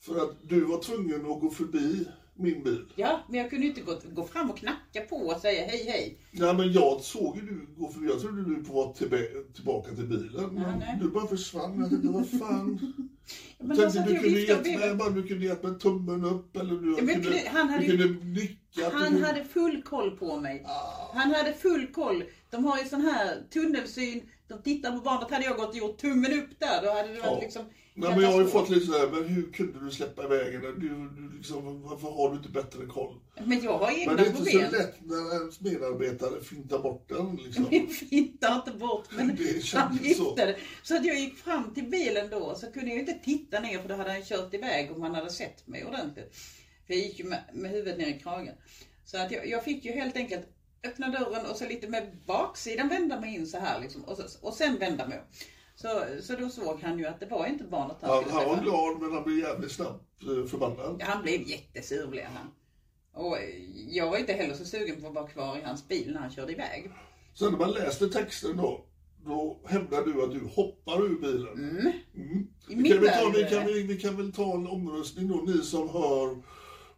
[SPEAKER 2] För att du var tvungen att gå förbi min bil.
[SPEAKER 3] Ja, men jag kunde ju inte gå, gå fram och knacka på och säga hej hej.
[SPEAKER 2] Nej men jag såg ju du gå förbi. Jag trodde du var tillbe- tillbaka till bilen. Men
[SPEAKER 3] nej.
[SPEAKER 2] du bara försvann. Jag tänkte vad fan.
[SPEAKER 3] (laughs) Men
[SPEAKER 2] tänkte,
[SPEAKER 3] att
[SPEAKER 2] du,
[SPEAKER 3] jag
[SPEAKER 2] kunde
[SPEAKER 3] viftade
[SPEAKER 2] gett mig,
[SPEAKER 3] bilen.
[SPEAKER 2] bara, du kunde gett mig tummen upp. Eller du,
[SPEAKER 3] men
[SPEAKER 2] kunde,
[SPEAKER 3] kunde- han hade
[SPEAKER 2] du
[SPEAKER 3] ju-
[SPEAKER 2] kunde nicka. du
[SPEAKER 3] Han
[SPEAKER 2] kunde-
[SPEAKER 3] hade full koll på mig.
[SPEAKER 2] Ah.
[SPEAKER 3] Han hade full koll. De har ju sån här tunnelsyn. De tittar på barnet. Hade jag gått och gjort tummen upp där, då hade det varit
[SPEAKER 2] Ja.
[SPEAKER 3] liksom...
[SPEAKER 2] Nej, men jag har ju
[SPEAKER 3] katastrof.
[SPEAKER 2] fått lite sådär, men hur kunde du släppa iväg henne? Du, du liksom, varför har du inte bättre koll?
[SPEAKER 3] Men jag har egna
[SPEAKER 2] Men det är inte så
[SPEAKER 3] problem.
[SPEAKER 2] lätt när ens medarbetare fintar bort den.
[SPEAKER 3] (laughs)
[SPEAKER 2] Liksom.
[SPEAKER 3] Jag fintar inte bort, men
[SPEAKER 2] Det kändes
[SPEAKER 3] han
[SPEAKER 2] så.
[SPEAKER 3] viftade. Så att jag gick fram till bilen då, så kunde jag ju inte titta ner för då hade han kört iväg om han hade sett mig ordentligt. För jag gick ju med, med huvudet ner i kragen. Så att jag, jag fick ju helt enkelt öppna dörren och så lite med baksidan vända mig in så här liksom, och, så, och sen vända mig om. så, så då såg han ju att det var inte barnet han
[SPEAKER 2] Han,
[SPEAKER 3] skulle
[SPEAKER 2] han var
[SPEAKER 3] träffa.
[SPEAKER 2] glad men han blev jävligt snabbt eh, förbannad.
[SPEAKER 3] Han blev jättesur blev han. Och jag var inte heller så sugen på att vara kvar i hans bil när han körde iväg.
[SPEAKER 2] Sen när man läste texten då, då hävdar du att du hoppar ur bilen. Mm.
[SPEAKER 3] I
[SPEAKER 2] Vi, kan väl
[SPEAKER 3] mitt
[SPEAKER 2] ta, vi,
[SPEAKER 3] värld-
[SPEAKER 2] kan, vi, vi kan väl ta en omröstning då, ni som hör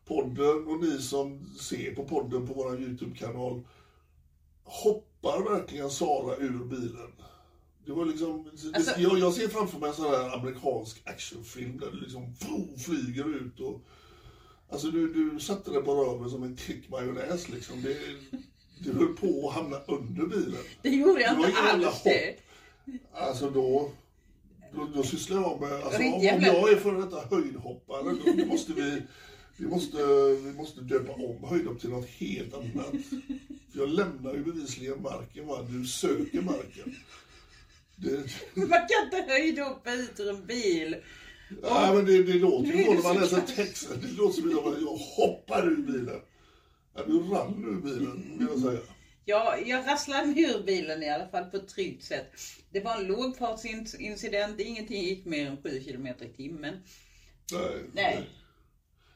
[SPEAKER 2] podden och ni som ser på podden på vår YouTube-kanal. Hoppar verkligen Sara ur bilen? Det var liksom,
[SPEAKER 3] Alltså-
[SPEAKER 2] det, jag, jag ser framför mig en sån här amerikansk actionfilm där du liksom vroom, flyger ut och... Alltså du, du satte dig på röven som en klick majonnäs liksom. Det, du höll på att hamna under bilen.
[SPEAKER 3] Det gjorde jag
[SPEAKER 2] Det var
[SPEAKER 3] inte
[SPEAKER 2] ingen jävla
[SPEAKER 3] alls det.
[SPEAKER 2] Alltså då... Då, då sysslar jag med... Alltså,
[SPEAKER 3] Riktigt
[SPEAKER 2] om, om
[SPEAKER 3] jävla-
[SPEAKER 2] jag är före detta höjdhoppare då,
[SPEAKER 3] (laughs)
[SPEAKER 2] då måste vi... Vi måste, vi måste döpa om höjdhopp till något helt annat. För jag lämnar ju bevisligen marken va. Du söker marken. Det,
[SPEAKER 3] Man kan inte höjdhoppa ut ur en bil.
[SPEAKER 2] Ja, men det, det låter
[SPEAKER 3] Nu är
[SPEAKER 2] ju så
[SPEAKER 3] du
[SPEAKER 2] när man
[SPEAKER 3] så
[SPEAKER 2] läser
[SPEAKER 3] kass.
[SPEAKER 2] texten. Det låter som att jag hoppar ur bilen. Ja, du rann ur bilen, vill jag säga.
[SPEAKER 3] Ja, jag rasslade mig ur bilen i alla fall på ett tryggt sätt. Det var en lågfartsincident, ingenting gick mer än 7 km i timmen.
[SPEAKER 2] Nej,
[SPEAKER 3] Nej.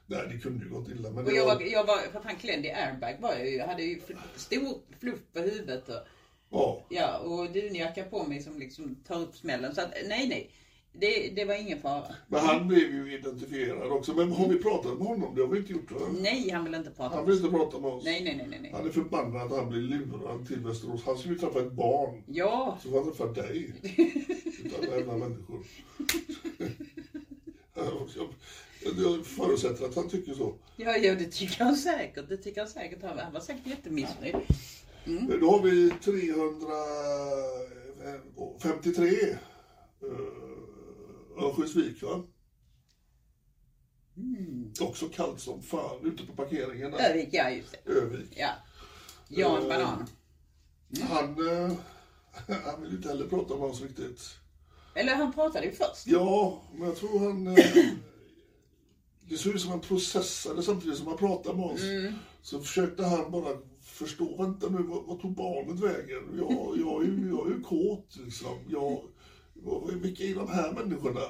[SPEAKER 2] Nej, det kunde ju gått illa. Men
[SPEAKER 3] Och
[SPEAKER 2] det
[SPEAKER 3] jag var,
[SPEAKER 2] var,
[SPEAKER 3] jag var för fan klädd i airbag var jag ju. Jag hade ju fl- stor fluff på huvudet och,
[SPEAKER 2] ja,
[SPEAKER 3] ja, och dunjacka på mig som liksom tar upp smällen. Så att nej, nej. Det, det var ingen fara.
[SPEAKER 2] men han blev ju identifierad också. Men har vi pratat med honom? Det har vi inte gjort, va?
[SPEAKER 3] Nej, han vill inte prata
[SPEAKER 2] Han
[SPEAKER 3] om
[SPEAKER 2] vill
[SPEAKER 3] det.
[SPEAKER 2] inte prata med oss.
[SPEAKER 3] Nej, nej, nej, nej, nej.
[SPEAKER 2] Han är förbannad att han blir lurad till Västerås. Han skulle ju träffa ett barn.
[SPEAKER 3] Ja,
[SPEAKER 2] Så var det för dig.
[SPEAKER 3] (laughs)
[SPEAKER 2] Utan jävla människor. (laughs) Jag- Jag förutsätter att han tycker så.
[SPEAKER 3] ja, ja, det tycker han säkert. Det tycker han säkert. Han han var säkert jättemissnöjd. Mm.
[SPEAKER 2] Då har vi 353 eh, Örnsköldsvik va?
[SPEAKER 3] Mm.
[SPEAKER 2] Också kallt som fan ute på parkeringen där.
[SPEAKER 3] Övik, ja just det.
[SPEAKER 2] Övik.
[SPEAKER 3] Ja. Jan
[SPEAKER 2] Eh.
[SPEAKER 3] Banan.
[SPEAKER 2] Han, eh, (laughs) han vill inte heller prata med oss riktigt.
[SPEAKER 3] Eller han pratade ju först.
[SPEAKER 2] Ja, men jag tror han... eh, Det såg ut som han processade samtidigt som han pratade med oss. Så försökte han bara förstå, vänta nu, vad, vad tog barnet vägen? Jag, jag, är, ju, jag är ju kåt liksom. Jag, vad- vilka är de här människorna?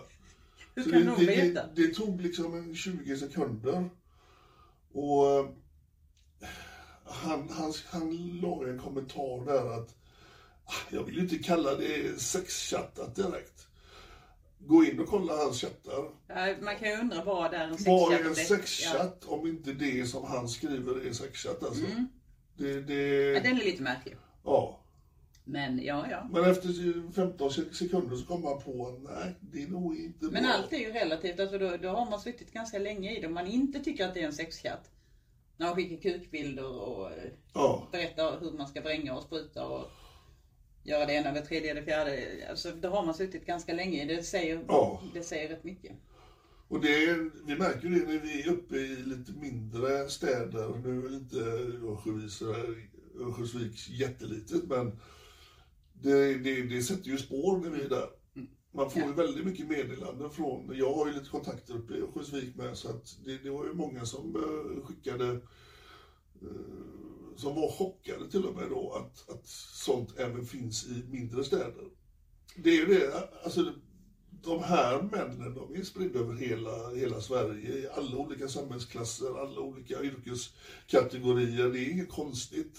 [SPEAKER 3] Hur
[SPEAKER 2] Så
[SPEAKER 3] kan
[SPEAKER 2] det, det,
[SPEAKER 3] de veta?
[SPEAKER 2] det, det tog liksom en 20 sekunder. Och eh, han, han, han la en kommentar där att "Ah, jag vill ju inte kalla det sexchattat direkt. Gå in och kolla hans chattar.
[SPEAKER 3] Ja, Man kan ju undra vad är en sexchatt?
[SPEAKER 2] Vad är en
[SPEAKER 3] Det-
[SPEAKER 2] sexchatt om inte det som han skriver är sexchatt alltså? Det,
[SPEAKER 3] Mm. Ja. Ja,
[SPEAKER 2] det,
[SPEAKER 3] den är lite märklig.
[SPEAKER 2] ja.
[SPEAKER 3] Men ja, ja.
[SPEAKER 2] Men efter 15 sekunder så kom han på att nej, det är nog inte
[SPEAKER 3] Men
[SPEAKER 2] bra.
[SPEAKER 3] allt är ju relativt. Alltså då, då har man suttit ganska länge i det. Om man inte tycker att det är en sexchatt. När man skickar kukbilder och eh,
[SPEAKER 2] Ja.
[SPEAKER 3] berättar hur man ska vränga och spruta och göra det ena, det tredje, det fjärde. Alltså, då har man suttit ganska länge i det. Det säger,
[SPEAKER 2] Ja.
[SPEAKER 3] det säger rätt mycket.
[SPEAKER 2] Och det, vi märker ju det när vi är uppe i lite mindre städer. Nu är väl inte Örnsköldsvik- Örnsköldsvik jättelitet, men det, det, det sätter ju spår när vi är där. Man får ju väldigt mycket meddelanden från, jag har ju lite kontakter uppe i Örnsköldsvik med, så att det, det var ju många som eh, skickade, eh, som var chockade till och med då, att, att sånt även finns i mindre städer. Det är ju det, alltså de här männen, de är spridda över hela, hela Sverige, i alla olika samhällsklasser, alla olika yrkeskategorier. Det är inget konstigt.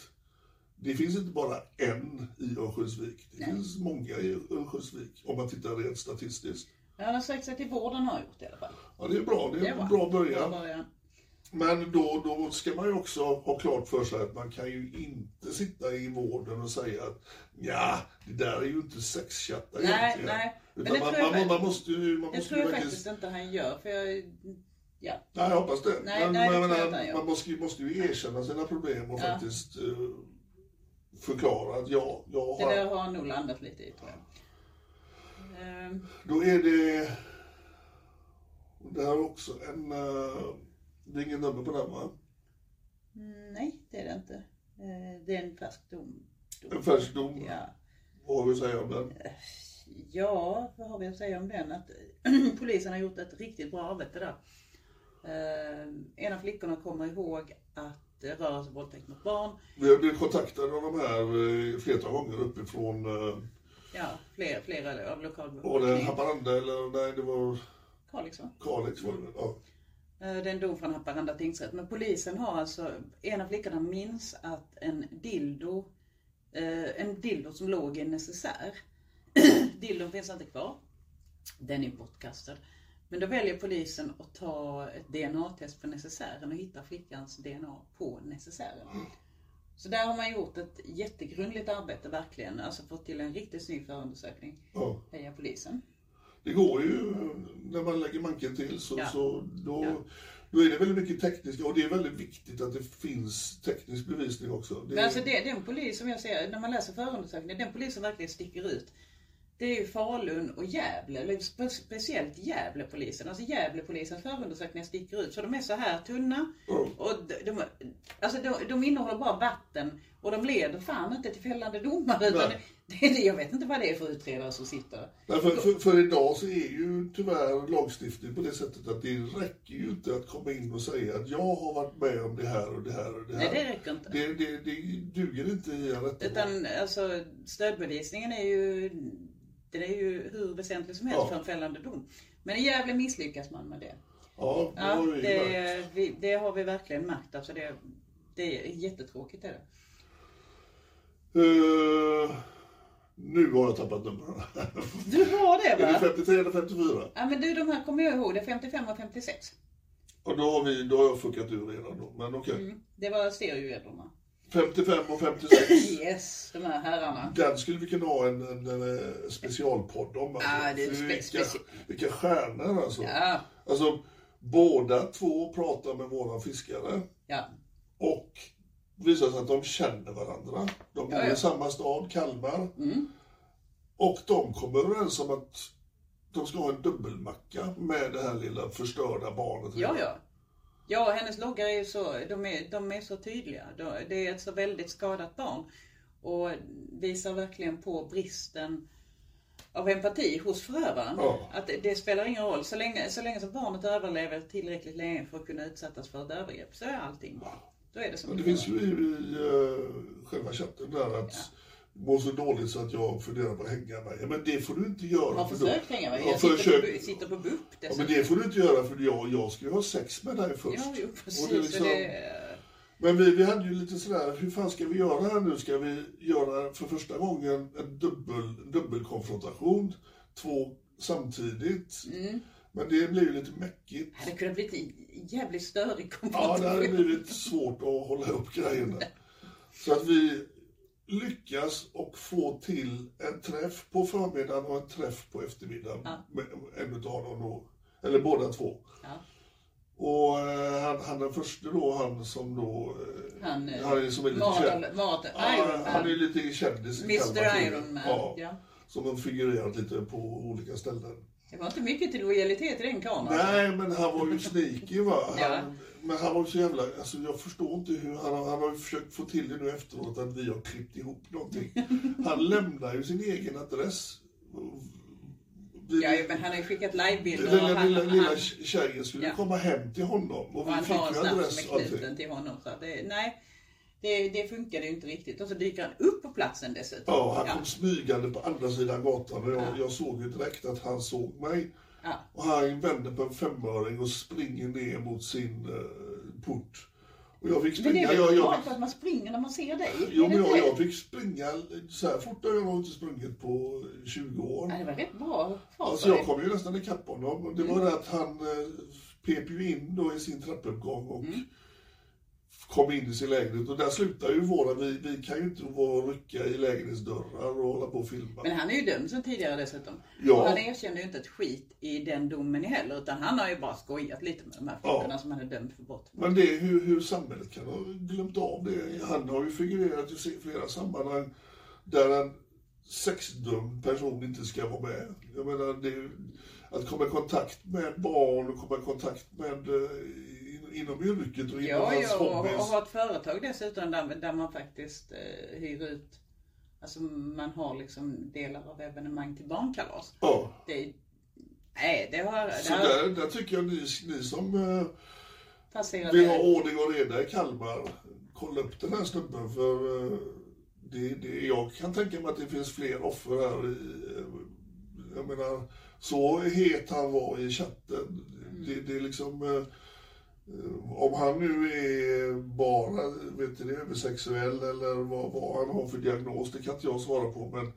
[SPEAKER 2] Det finns inte bara en i Örnsköldsvik. Det finns många i Örnsköldsvik, om man tittar rent statistiskt.
[SPEAKER 3] Han har sökt sig till vården har jag gjort i alla fall.
[SPEAKER 2] Ja, det är bra. Det är en bra början.
[SPEAKER 3] början.
[SPEAKER 2] Men då, då ska man ju också ha klart för sig att man kan ju inte sitta i vården och säga att ja, det där är ju inte sexchattar
[SPEAKER 3] Nej,
[SPEAKER 2] egentligen."
[SPEAKER 3] nej. Men
[SPEAKER 2] Utan
[SPEAKER 3] det
[SPEAKER 2] man,
[SPEAKER 3] tror jag
[SPEAKER 2] man,
[SPEAKER 3] väl-
[SPEAKER 2] man måste ju... Man
[SPEAKER 3] Det
[SPEAKER 2] måste
[SPEAKER 3] tror
[SPEAKER 2] ju
[SPEAKER 3] jag
[SPEAKER 2] verkligen-
[SPEAKER 3] faktiskt inte han gör. För jag, ja.
[SPEAKER 2] Nej, jag hoppas det.
[SPEAKER 3] Nej,
[SPEAKER 2] men
[SPEAKER 3] nej, det
[SPEAKER 2] men
[SPEAKER 3] tror jag
[SPEAKER 2] man,
[SPEAKER 3] inte, ja.
[SPEAKER 2] man måste, ju- måste ju erkänna sina problem och faktiskt eh, förklara att ja, jag
[SPEAKER 3] Det
[SPEAKER 2] har...
[SPEAKER 3] där har han nog landat lite i tror jag. Ehm,
[SPEAKER 2] Då är det... Det här är också en... eh, Det är ingen nummer på den va?
[SPEAKER 3] nej, det är det inte. Eh, det är en färsk dom. dom.
[SPEAKER 2] En färsk dom.
[SPEAKER 3] Ja.
[SPEAKER 2] Vad har vi att säga om den?
[SPEAKER 3] ja, vad har vi att säga om den? Att (clears throat) polisen har gjort ett riktigt bra arbete där. Ehm, en av flickorna kommer ihåg att det rör sig om våldtäkt mot barn.
[SPEAKER 2] Vi har blivit kontaktade av de här eh, flertal gånger uppifrån... eh,
[SPEAKER 3] Ja, flera, flera av
[SPEAKER 2] Var det
[SPEAKER 3] lokalbefolkningen.
[SPEAKER 2] Haparanda eller? Nej, det var
[SPEAKER 3] Kalix va?
[SPEAKER 2] Kalix var det väl? Ja.
[SPEAKER 3] Eh, Det är en dom från Haparanda tingsrätt. Men polisen har alltså, en av flickorna minns att en dildo, eh, en dildo som låg i en necessär. (clears throat) Dildon finns inte kvar. Den är bortkastad. Men då väljer polisen att ta ett DNA-test på necessären och hitta flickans DNA på necessären. Så där har man gjort ett jättegrundligt arbete verkligen. Alltså fått till en riktigt snygg förundersökning.
[SPEAKER 2] Ja.
[SPEAKER 3] Heja polisen.
[SPEAKER 2] Det går ju, eh, när man lägger manken till så,
[SPEAKER 3] Ja.
[SPEAKER 2] så då,
[SPEAKER 3] Ja.
[SPEAKER 2] då är det väldigt mycket tekniska och det är väldigt viktigt att det finns teknisk bevisning också. Det,
[SPEAKER 3] Men alltså det, den polis som jag ser, när man läser förundersökningen, den polis som verkligen sticker ut. Det är ju Falun och Gävle, eller spe, speciellt Gävlepolisen. Alltså Gävlepolisens förundersökningar sticker ut. Så de är så här tunna.
[SPEAKER 2] Mm.
[SPEAKER 3] Och de, de, alltså de, de innehåller bara vatten. Och de leder fan inte till fällande domar. Utan
[SPEAKER 2] Nej.
[SPEAKER 3] det, det, jag vet inte vad det är för utredare som sitter.
[SPEAKER 2] Därför, för, för idag så är ju tyvärr lagstiftningen på det sättet att det räcker ju inte att komma in och säga att jag har varit med om det här och det här och det här.
[SPEAKER 3] Nej, det räcker inte.
[SPEAKER 2] Det, det, det duger inte i en rättegång.
[SPEAKER 3] Utan alltså, stödbevisningen är ju, den är ju hur väsentlig som helst
[SPEAKER 2] Ja.
[SPEAKER 3] för en fällande dom. Men i Gävle misslyckas man med det.
[SPEAKER 2] Ja, det
[SPEAKER 3] Ja,
[SPEAKER 2] har vi det...
[SPEAKER 3] det, vi, det har vi verkligen märkt. Alltså det, det är jättetråkigt. Är det.
[SPEAKER 2] Eh, Nu har jag tappat numren.
[SPEAKER 3] Du har det
[SPEAKER 2] är det
[SPEAKER 3] va?
[SPEAKER 2] 53 eller 54?
[SPEAKER 3] Ja, men du, de här kommer jag ihåg. Det är 55 och 56.
[SPEAKER 2] Och då har, vi, då har jag fuckat ur redan då. Men okej.
[SPEAKER 3] Det var stereoädlorna.
[SPEAKER 2] 55 och
[SPEAKER 3] (laughs)
[SPEAKER 2] 56.
[SPEAKER 3] Yes, de här herrarna.
[SPEAKER 2] Den skulle vi kunna ha en, en, en eh, specialpodd om. Alltså.
[SPEAKER 3] Ja, det är
[SPEAKER 2] För
[SPEAKER 3] spe-
[SPEAKER 2] vilka,
[SPEAKER 3] speci-
[SPEAKER 2] vilka stjärnor alltså.
[SPEAKER 3] Ja.
[SPEAKER 2] Alltså, båda två pratar med våra fiskare
[SPEAKER 3] Ja,
[SPEAKER 2] och visar sig att de känner varandra. De bor
[SPEAKER 3] Ja, Mm. ja.
[SPEAKER 2] i samma stad, Kalmar. Och de kommer överens om att de ska ha en dubbelmacka med det här lilla förstörda barnet.
[SPEAKER 3] ja. ja. Ja, och hennes loggar är ju så, de är, de är så tydliga. De- Det är ett så väldigt skadat barn. Och visar verkligen på bristen av empati hos förövaren.
[SPEAKER 2] Ja.
[SPEAKER 3] Att det, det spelar ingen roll. Så länge, så länge som barnet överlever tillräckligt länge för att kunna utsättas för ett övergrepp så är allting bra. Då är det som
[SPEAKER 2] Men det
[SPEAKER 3] det
[SPEAKER 2] finns
[SPEAKER 3] var.
[SPEAKER 2] ju i, i eh, själva chatten där att mår så dåligt så att jag funderar på att hänga mig. Ja, Men det får du inte göra.
[SPEAKER 3] Har
[SPEAKER 2] för
[SPEAKER 3] försökt
[SPEAKER 2] då-
[SPEAKER 3] hänga mig.
[SPEAKER 2] Ja,
[SPEAKER 3] Jag sitter på,
[SPEAKER 2] försök.
[SPEAKER 3] bu- sitter på BUP
[SPEAKER 2] Ja, men
[SPEAKER 3] dessutom.
[SPEAKER 2] det får du inte göra för jag, jag ska ju ha sex med dig först.
[SPEAKER 3] Ja, jo, precis.
[SPEAKER 2] Och
[SPEAKER 3] Och
[SPEAKER 2] det är liksom-
[SPEAKER 3] det,
[SPEAKER 2] Men vi, vi hade ju lite sådär, hur fan ska vi göra här nu? Ska vi göra för första gången en dubbel, dubbelkonfrontation? Två samtidigt?
[SPEAKER 3] Mm.
[SPEAKER 2] Men det blev ju lite mäckigt.
[SPEAKER 3] det kunde ha blivit en jävligt störig
[SPEAKER 2] Ja, det hade
[SPEAKER 3] konfrontation.
[SPEAKER 2] blivit svårt att hålla upp grejerna. Så att vi lyckas och få till en träff på förmiddagen och en träff på eftermiddagen. Med en utav dem då, eller båda två.
[SPEAKER 3] Ja.
[SPEAKER 2] Och eh, han, han den första då, han som då... eh,
[SPEAKER 3] Han, eh,
[SPEAKER 2] han är som är lite
[SPEAKER 3] Marathon-
[SPEAKER 2] känd.
[SPEAKER 3] Marathon-
[SPEAKER 2] ja,
[SPEAKER 3] Ironman.
[SPEAKER 2] han är lite kändis i
[SPEAKER 3] Mr.
[SPEAKER 2] Kalmar tydligen.
[SPEAKER 3] Ironman,
[SPEAKER 2] Ja,
[SPEAKER 3] ja.
[SPEAKER 2] Som har figurerat lite på olika ställen.
[SPEAKER 3] Det var inte mycket till lojalitet i den kameran.
[SPEAKER 2] Nej, men han
[SPEAKER 3] (laughs)
[SPEAKER 2] var ju sneaky va. Han,
[SPEAKER 3] Ja.
[SPEAKER 2] Men han var ju så jävla... Alltså, jag förstår inte hur... Han, har- han har ju försökt få till det nu efteråt att vi har klippt ihop
[SPEAKER 3] (laughs)
[SPEAKER 2] någonting. Han lämnar ju sin egen adress. Vi-
[SPEAKER 3] Ja, men han har ju skickat livebilder.
[SPEAKER 2] den lilla,
[SPEAKER 3] och han-
[SPEAKER 2] lilla, lilla
[SPEAKER 3] han-
[SPEAKER 2] tjejen skulle
[SPEAKER 3] Ja.
[SPEAKER 2] komma hem till honom och
[SPEAKER 3] Och
[SPEAKER 2] vi
[SPEAKER 3] han
[SPEAKER 2] fick
[SPEAKER 3] har en
[SPEAKER 2] ju
[SPEAKER 3] snaps
[SPEAKER 2] adress alltså.
[SPEAKER 3] som
[SPEAKER 2] och
[SPEAKER 3] är
[SPEAKER 2] allting.
[SPEAKER 3] knuten till honom. Så att det, nej, det, det funkade ju inte riktigt. Och så dyker han upp på platsen dessutom.
[SPEAKER 2] Ja, han kom smygande på andra sidan gatan och jag, jag såg ju direkt att han såg mig.
[SPEAKER 3] Ja.
[SPEAKER 2] Och han vänder på en femöring och springer ner mot sin eh, port. Och jag fick
[SPEAKER 3] Men det
[SPEAKER 2] springa.
[SPEAKER 3] är väl
[SPEAKER 2] Jag,
[SPEAKER 3] bra
[SPEAKER 2] jag,
[SPEAKER 3] för att man springer när man ser dig?
[SPEAKER 2] jo,
[SPEAKER 3] Är det
[SPEAKER 2] men jag,
[SPEAKER 3] inte det?
[SPEAKER 2] jag fick springa så här fort har jag nog inte sprungit på 20 år.
[SPEAKER 3] Ja, det var rätt bra fart
[SPEAKER 2] Alltså
[SPEAKER 3] av
[SPEAKER 2] jag
[SPEAKER 3] dig.
[SPEAKER 2] kom ju nästan ikapp honom. Och det
[SPEAKER 3] Mm.
[SPEAKER 2] var det att han eh, pep ju in då i sin trappuppgång och
[SPEAKER 3] Mm.
[SPEAKER 2] kom in i sin lägenhet. Och där slutar ju våra, vi, vi kan ju inte vara och rycka i lägenhetsdörrar och hålla på och filma.
[SPEAKER 3] Men han är ju dömd sedan tidigare dessutom.
[SPEAKER 2] Ja.
[SPEAKER 3] Och han erkände ju inte ett skit i den domen heller. Utan han har ju bara skojat lite med de här frågorna som han är dömd för brott.
[SPEAKER 2] Men det är hur, hur samhället kan ha glömt av det. Han har ju figurerat i se- flera sammanhang där en sexdömd person inte ska vara med. Jag menar, det är, ju- att komma i kontakt med barn och komma i kontakt med eh, in- inom yrket och inom
[SPEAKER 3] Ja,
[SPEAKER 2] hans
[SPEAKER 3] ja och, och
[SPEAKER 2] hobbys.
[SPEAKER 3] har ett företag dessutom där, där man faktiskt eh, hyr ut, alltså man har liksom delar av evenemang till barnkalas.
[SPEAKER 2] Ja.
[SPEAKER 3] Det, nej, det har, det
[SPEAKER 2] Så
[SPEAKER 3] har
[SPEAKER 2] där, där tycker jag ni, ni som eh,
[SPEAKER 3] passerat.
[SPEAKER 2] vill ha ordning och reda i Kalmar, kolla upp den här snubben för eh, det, det, jag kan tänka mig att det finns fler offer här. I, eh, jag menar, så het han var i chatten. Det, det är liksom... Eh, eh, om han nu är bara, vet du det, översexuell eller vad, vad han har för diagnos, det kan inte jag svara på. Men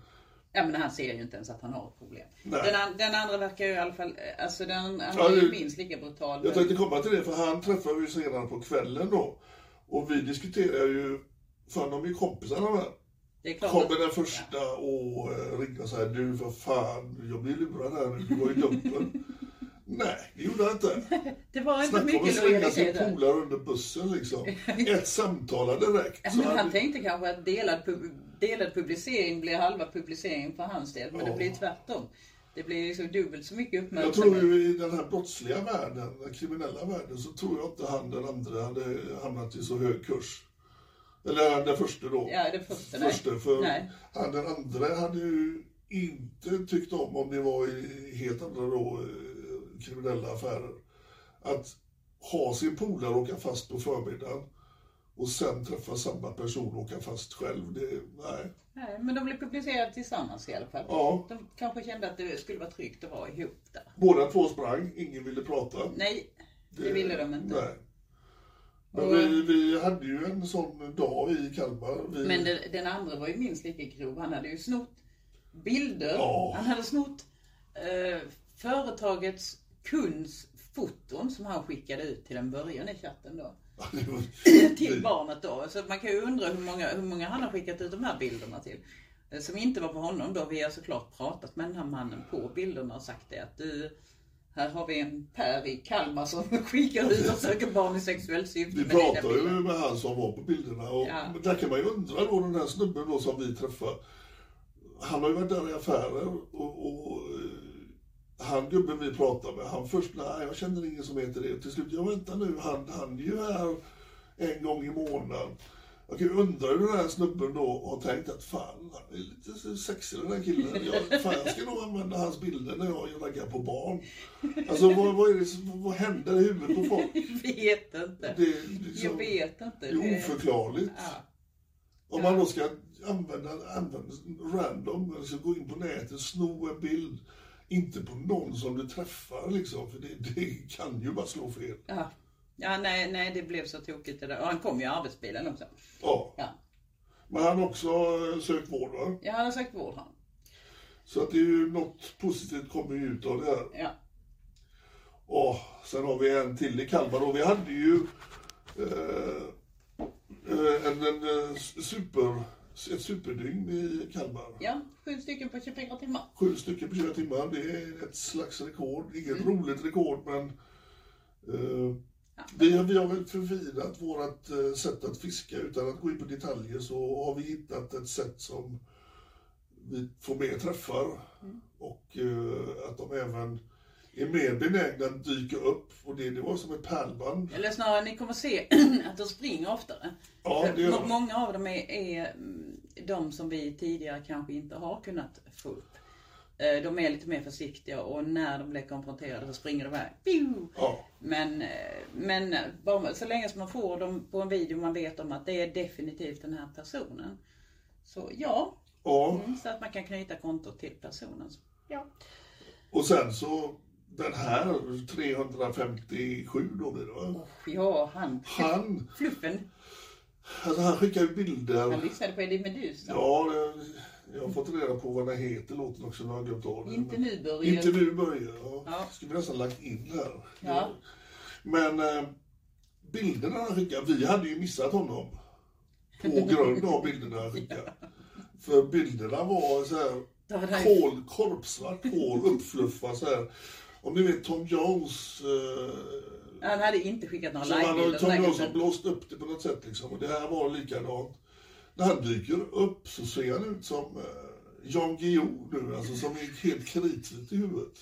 [SPEAKER 3] Ja, men han ser ju inte ens att han har ett problem.
[SPEAKER 2] Nej.
[SPEAKER 3] Den, an, den andra verkar ju i alla fall, eh, alltså den, han
[SPEAKER 2] Ja,
[SPEAKER 3] är ju
[SPEAKER 2] det-
[SPEAKER 3] minst lika brutal.
[SPEAKER 2] Jag
[SPEAKER 3] men-
[SPEAKER 2] tänkte komma till det, för han träffar vi senare på kvällen då. Och vi diskuterar ju För de är ju kompisar de här.
[SPEAKER 3] Det är klart
[SPEAKER 2] Kommer
[SPEAKER 3] att-
[SPEAKER 2] den första och eh, ringer och säger du för fan, jag blir lurad här nu, du var ju
[SPEAKER 3] (laughs)
[SPEAKER 2] dumpen. Nej, det gjorde jag inte.
[SPEAKER 3] Det var inte
[SPEAKER 2] Snacka om att
[SPEAKER 3] mycket
[SPEAKER 2] slänga sin
[SPEAKER 3] lojalitet. där.
[SPEAKER 2] polare under bussen liksom. Ett samtal hade räckt.
[SPEAKER 3] Ja,
[SPEAKER 2] så
[SPEAKER 3] (laughs) Men han
[SPEAKER 2] hade-
[SPEAKER 3] tänkte kanske att delad, pub- delad publicering blir halva publicering för hans del, men det blir tvärtom. Det blir liksom dubbelt så mycket
[SPEAKER 2] Jag tror
[SPEAKER 3] uppmärksamhet.
[SPEAKER 2] ju i den här brottsliga världen, den kriminella världen, så tror jag inte han den andra hade hamnat i så hög kurs. Eller han den första då.
[SPEAKER 3] Ja, den första, nej.
[SPEAKER 2] första för
[SPEAKER 3] Nej.
[SPEAKER 2] han den andra hade ju inte tyckt om, om det var i helt andra då, eh, kriminella affärer, att ha sin polare och åka fast på förmiddagen och sen träffa samma person och åka fast själv. Det, nej.
[SPEAKER 3] Nej, men de blev publicerade tillsammans i alla fall.
[SPEAKER 2] Ja.
[SPEAKER 3] De kanske kände att det skulle vara tryggt att vara ihop där.
[SPEAKER 2] Båda två sprang, ingen ville prata.
[SPEAKER 3] Nej, det ville de inte.
[SPEAKER 2] Nej. Men
[SPEAKER 3] Och-
[SPEAKER 2] vi, vi hade ju en sån dag i Kalmar. Vi,
[SPEAKER 3] Men den, den andra var ju minst lika grov. Han hade ju snott bilder.
[SPEAKER 2] Ja.
[SPEAKER 3] Han hade snott eh, företagets kunds foton som han skickade ut till en början i chatten då.
[SPEAKER 2] det var,
[SPEAKER 3] (coughs) Till barnet då. Så man kan ju undra hur många, hur många han har skickat ut de här bilderna till. Eh, Som inte var på honom då. Vi har såklart pratat med den här mannen på bilderna och sagt det att du här har vi en Per i Kalmar som (laughs) skickar ut och söker barn i sexuellt syfte.
[SPEAKER 2] vi
[SPEAKER 3] med dina
[SPEAKER 2] pratade ju
[SPEAKER 3] (laughs) bilder."
[SPEAKER 2] med han som var på bilderna och
[SPEAKER 3] Ja.
[SPEAKER 2] där kan man ju undra då den här snubben då som vi träffade. Han har ju varit där i affärer och, och eh, han gubben vi pratade med, han först, nej jag känner ingen som heter det. Till slut, jag väntar nu, han, han är ju här en gång i månaden. Jag kan ju undra hur den här snubben då har tänkt att fan, han är lite sexig den här killen. Jag, fan, jag ska nog använda hans bilder när jag raggar på barn. Alltså vad, vad, är det, som- vad händer i huvudet på folk?
[SPEAKER 3] vet inte.
[SPEAKER 2] Det är liksom-
[SPEAKER 3] Jag vet inte.
[SPEAKER 2] Det är oförklarligt.
[SPEAKER 3] Ja.
[SPEAKER 2] Om man då ska använda, använda random, alltså gå in på nätet, sno en bild. Inte på någon som du träffar liksom, för det, det kan ju bara slå fel.
[SPEAKER 3] Ja, ja nej, nej, det blev så tokigt det där. Och han kom ju i arbetsbilen också.
[SPEAKER 2] Ja.
[SPEAKER 3] Ja,
[SPEAKER 2] Men han har också eh, sökt vård va?
[SPEAKER 3] jag hade sagt vård han.
[SPEAKER 2] Så att det är ju något positivt kommer ju ut av det här.
[SPEAKER 3] Ja.
[SPEAKER 2] Och sen har vi en till i Kalmar och vi hade ju eh, eh, en, en, eh, super, ett superdygn i Kalmar.
[SPEAKER 3] ja, sju stycken på 24 timmar.
[SPEAKER 2] Sju stycken på 24 timmar, det är ett slags rekord. Inget roligt rekord, men eh, vi, har, vi har väl förfinat vårt eh, sätt att fiska. Utan att gå in på detaljer så har vi hittat ett sätt som vi får mer träffar och eh, att de även är mer benägna att dyka upp. Och det, det var som ett pärlband.
[SPEAKER 3] Eller snarare, ni kommer se (clears throat) att de springer oftare.
[SPEAKER 2] Ja, det gör
[SPEAKER 3] För
[SPEAKER 2] de.
[SPEAKER 3] Många av dem är, är mm, de som vi tidigare kanske inte har kunnat få upp. Eh, De är lite mer försiktiga och när de blir konfronterade så springer de iväg. Piu!
[SPEAKER 2] Ja.
[SPEAKER 3] Men, eh, men bara, så länge som man får dem på en video man vet om att det är definitivt den här personen. Så ja,
[SPEAKER 2] Ja.
[SPEAKER 3] Så att man kan knyta kontot till personen.
[SPEAKER 2] Och sen så den här, 357 då blir det va?
[SPEAKER 3] Ja, han.
[SPEAKER 2] Han,
[SPEAKER 3] Fluffen.
[SPEAKER 2] alltså han skickar ju bilder.
[SPEAKER 3] Han lyssnade på Eddie Meduza.
[SPEAKER 2] Ja, det, jag har fått reda på vad den heter låten också, nu har jag glömt av den.
[SPEAKER 3] Inte nu Börje.
[SPEAKER 2] Inte nu Börje, ja.
[SPEAKER 3] Ja.
[SPEAKER 2] Skulle vi nästan lagt in här.
[SPEAKER 3] Ja.
[SPEAKER 2] Men eh, bilderna han skickade, vi hade ju missat honom.
[SPEAKER 3] (laughs)
[SPEAKER 2] På grund av bilderna han skickade. För bilderna var så här,
[SPEAKER 3] Då hade han ju-
[SPEAKER 2] kol, korpsvart hår, uppfluffat så här. Om ni vet Tom Jones eh,
[SPEAKER 3] Han hade inte skickat några
[SPEAKER 2] så man har
[SPEAKER 3] livebilder.
[SPEAKER 2] tagit någon
[SPEAKER 3] säkert.
[SPEAKER 2] som
[SPEAKER 3] (laughs)
[SPEAKER 2] blåst upp det på något sätt liksom. Och det här var likadant. När han dyker upp så ser han ut som eh, Jan Guillou nu, alltså som är helt kritvit i huvudet.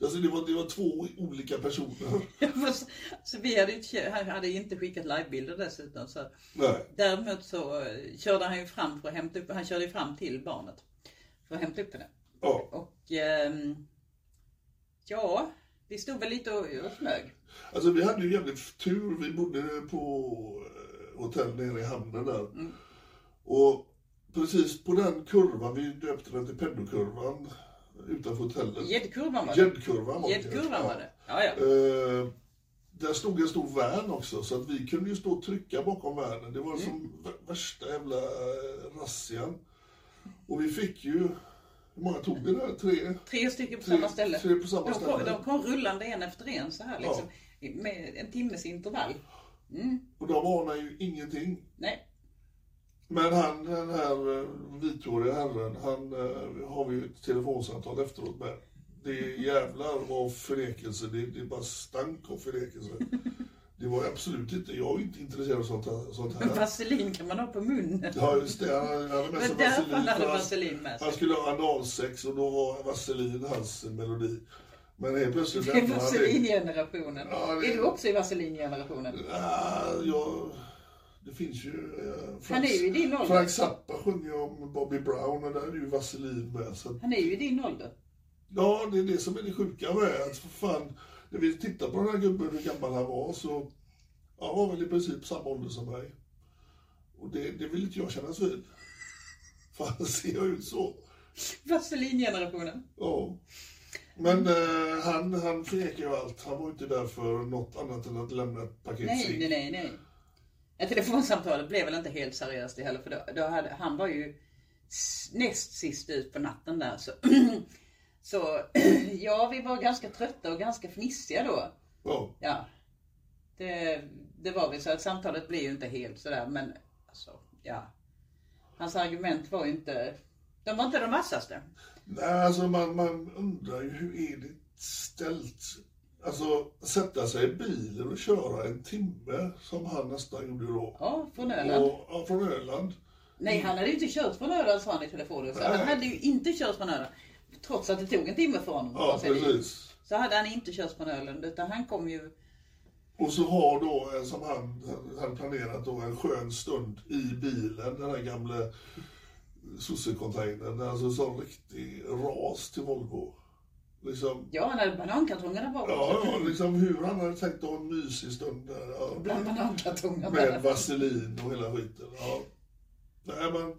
[SPEAKER 2] Alltså det var, det var två olika personer.
[SPEAKER 3] Fast- så vi hade, ju inte- han hade inte skickat livebilder dessutom. Så.
[SPEAKER 2] Nej.
[SPEAKER 3] Däremot så eh, körde han ju fram för att hämta upp, han körde ju fram till barnet. För att hämta upp henne.
[SPEAKER 2] Ja.
[SPEAKER 3] Och ehm, ja, vi stod väl lite och, och smög.
[SPEAKER 2] Alltså vi hade ju jävligt tur. Vi bodde på eh, hotell nere i hamnen där. Och precis på den kurvan, vi döpte den till Pendokurvan utanför hotellet.
[SPEAKER 3] Gäddkurvan var det.
[SPEAKER 2] Gäddkurvan var det.
[SPEAKER 3] Gäddkurvan
[SPEAKER 2] Ja.
[SPEAKER 3] var det. Ja, ja.
[SPEAKER 2] Eh, där stod en stor värn också, så att vi kunde ju stå och trycka bakom värnen. Det var som v- värsta jävla eh, razzian. Och vi fick ju, hur många tog vi där? Tre?
[SPEAKER 3] Tre stycken på
[SPEAKER 2] Tre-
[SPEAKER 3] samma ställe.
[SPEAKER 2] tre på samma
[SPEAKER 3] de, kom,
[SPEAKER 2] ställe.
[SPEAKER 3] de kom rullande en efter en så här liksom. Med en timmes intervall.
[SPEAKER 2] Och de anade ju ingenting.
[SPEAKER 3] Nej.
[SPEAKER 2] Men han, den här eh, vithåriga herren, han eh, har vi ju ett telefonsamtal efteråt med. Det är jävlar vad förnekelse, det, det bara stank av förnekelse. Det var absolut inte, jag är inte intresserad av sånt här. Sånt
[SPEAKER 3] Men
[SPEAKER 2] här.
[SPEAKER 3] vaselin kan man ha på munnen.
[SPEAKER 2] Ja, just det. Han han hade med sig
[SPEAKER 3] Men därför
[SPEAKER 2] vaselin.
[SPEAKER 3] hade
[SPEAKER 2] för han-
[SPEAKER 3] vaselin med sig.
[SPEAKER 2] Han skulle ha analsex och då var vaselin hans melodi. Men helt plötsligt
[SPEAKER 3] (laughs) Det är
[SPEAKER 2] ändrade han det.
[SPEAKER 3] vaselingenerationen.
[SPEAKER 2] Ja, det-
[SPEAKER 3] Är du också i vaselingenerationen?
[SPEAKER 2] Ah, Ja, jag, det finns ju... Eh, Frank,
[SPEAKER 3] Han är ju i din ålder.
[SPEAKER 2] Frank Zappa sjunger ju om Bobby Brown och där är det ju vaselin med. Så att,
[SPEAKER 3] Han är ju i din ålder.
[SPEAKER 2] ja, det är det som är det sjuka med att för fan, när vi tittar på den här gubben hur gammal han var så ja, han var väl i princip samma ålder som mig. Och det, det vill inte jag kännas vid. (laughs) För han ser jag ut så.
[SPEAKER 3] Vaselingenerationen.
[SPEAKER 2] Ja. Men
[SPEAKER 3] Mm.
[SPEAKER 2] eh, han, han förnekar ju allt. Han var ju inte där för något annat än att lämna ett paket
[SPEAKER 3] Nej,
[SPEAKER 2] cigg.
[SPEAKER 3] nej, nej, nej. Ja, telefonsamtalet blev väl inte helt seriöst det heller för då, då hade, han var ju s- näst sist ut på natten där. Så, (clears throat) så (clears throat) ja, vi var ganska trötta och ganska fnissiga då.
[SPEAKER 2] Ja.
[SPEAKER 3] Ja, det, det var vi. Så att samtalet blir ju inte helt sådär men alltså, ja. Hans argument var ju inte, de var inte de vassaste.
[SPEAKER 2] Nej, alltså man, man undrar ju hur är det ställt? Alltså sätta sig i bilen och köra en timme som han nästan gjorde då.
[SPEAKER 3] Ja, från Öland.
[SPEAKER 2] Och, ja, från Öland. Mm.
[SPEAKER 3] Nej, han hade ju inte kört från Öland sa han i telefonen. Så han
[SPEAKER 2] Nej.
[SPEAKER 3] hade ju inte kört från Öland. Trots att det tog en timme för honom att
[SPEAKER 2] Ja,
[SPEAKER 3] ta sig dit.
[SPEAKER 2] precis.
[SPEAKER 3] Så hade han inte kört från Öland utan han kom ju...
[SPEAKER 2] Och så har då, eh, som han hade planerat då, en skön stund i bilen, den här gamla sossecontainern. Alltså sån riktig ras till Volvo. Liksom,
[SPEAKER 3] Ja, han hade banankartongerna bakom
[SPEAKER 2] ja,
[SPEAKER 3] (laughs) sig.
[SPEAKER 2] ja, liksom hur han hade tänkt att ha en mysig stund där. Ja.
[SPEAKER 3] Bland banankartongerna.
[SPEAKER 2] Med vaselin och hela skiten. Ja. Nej, men...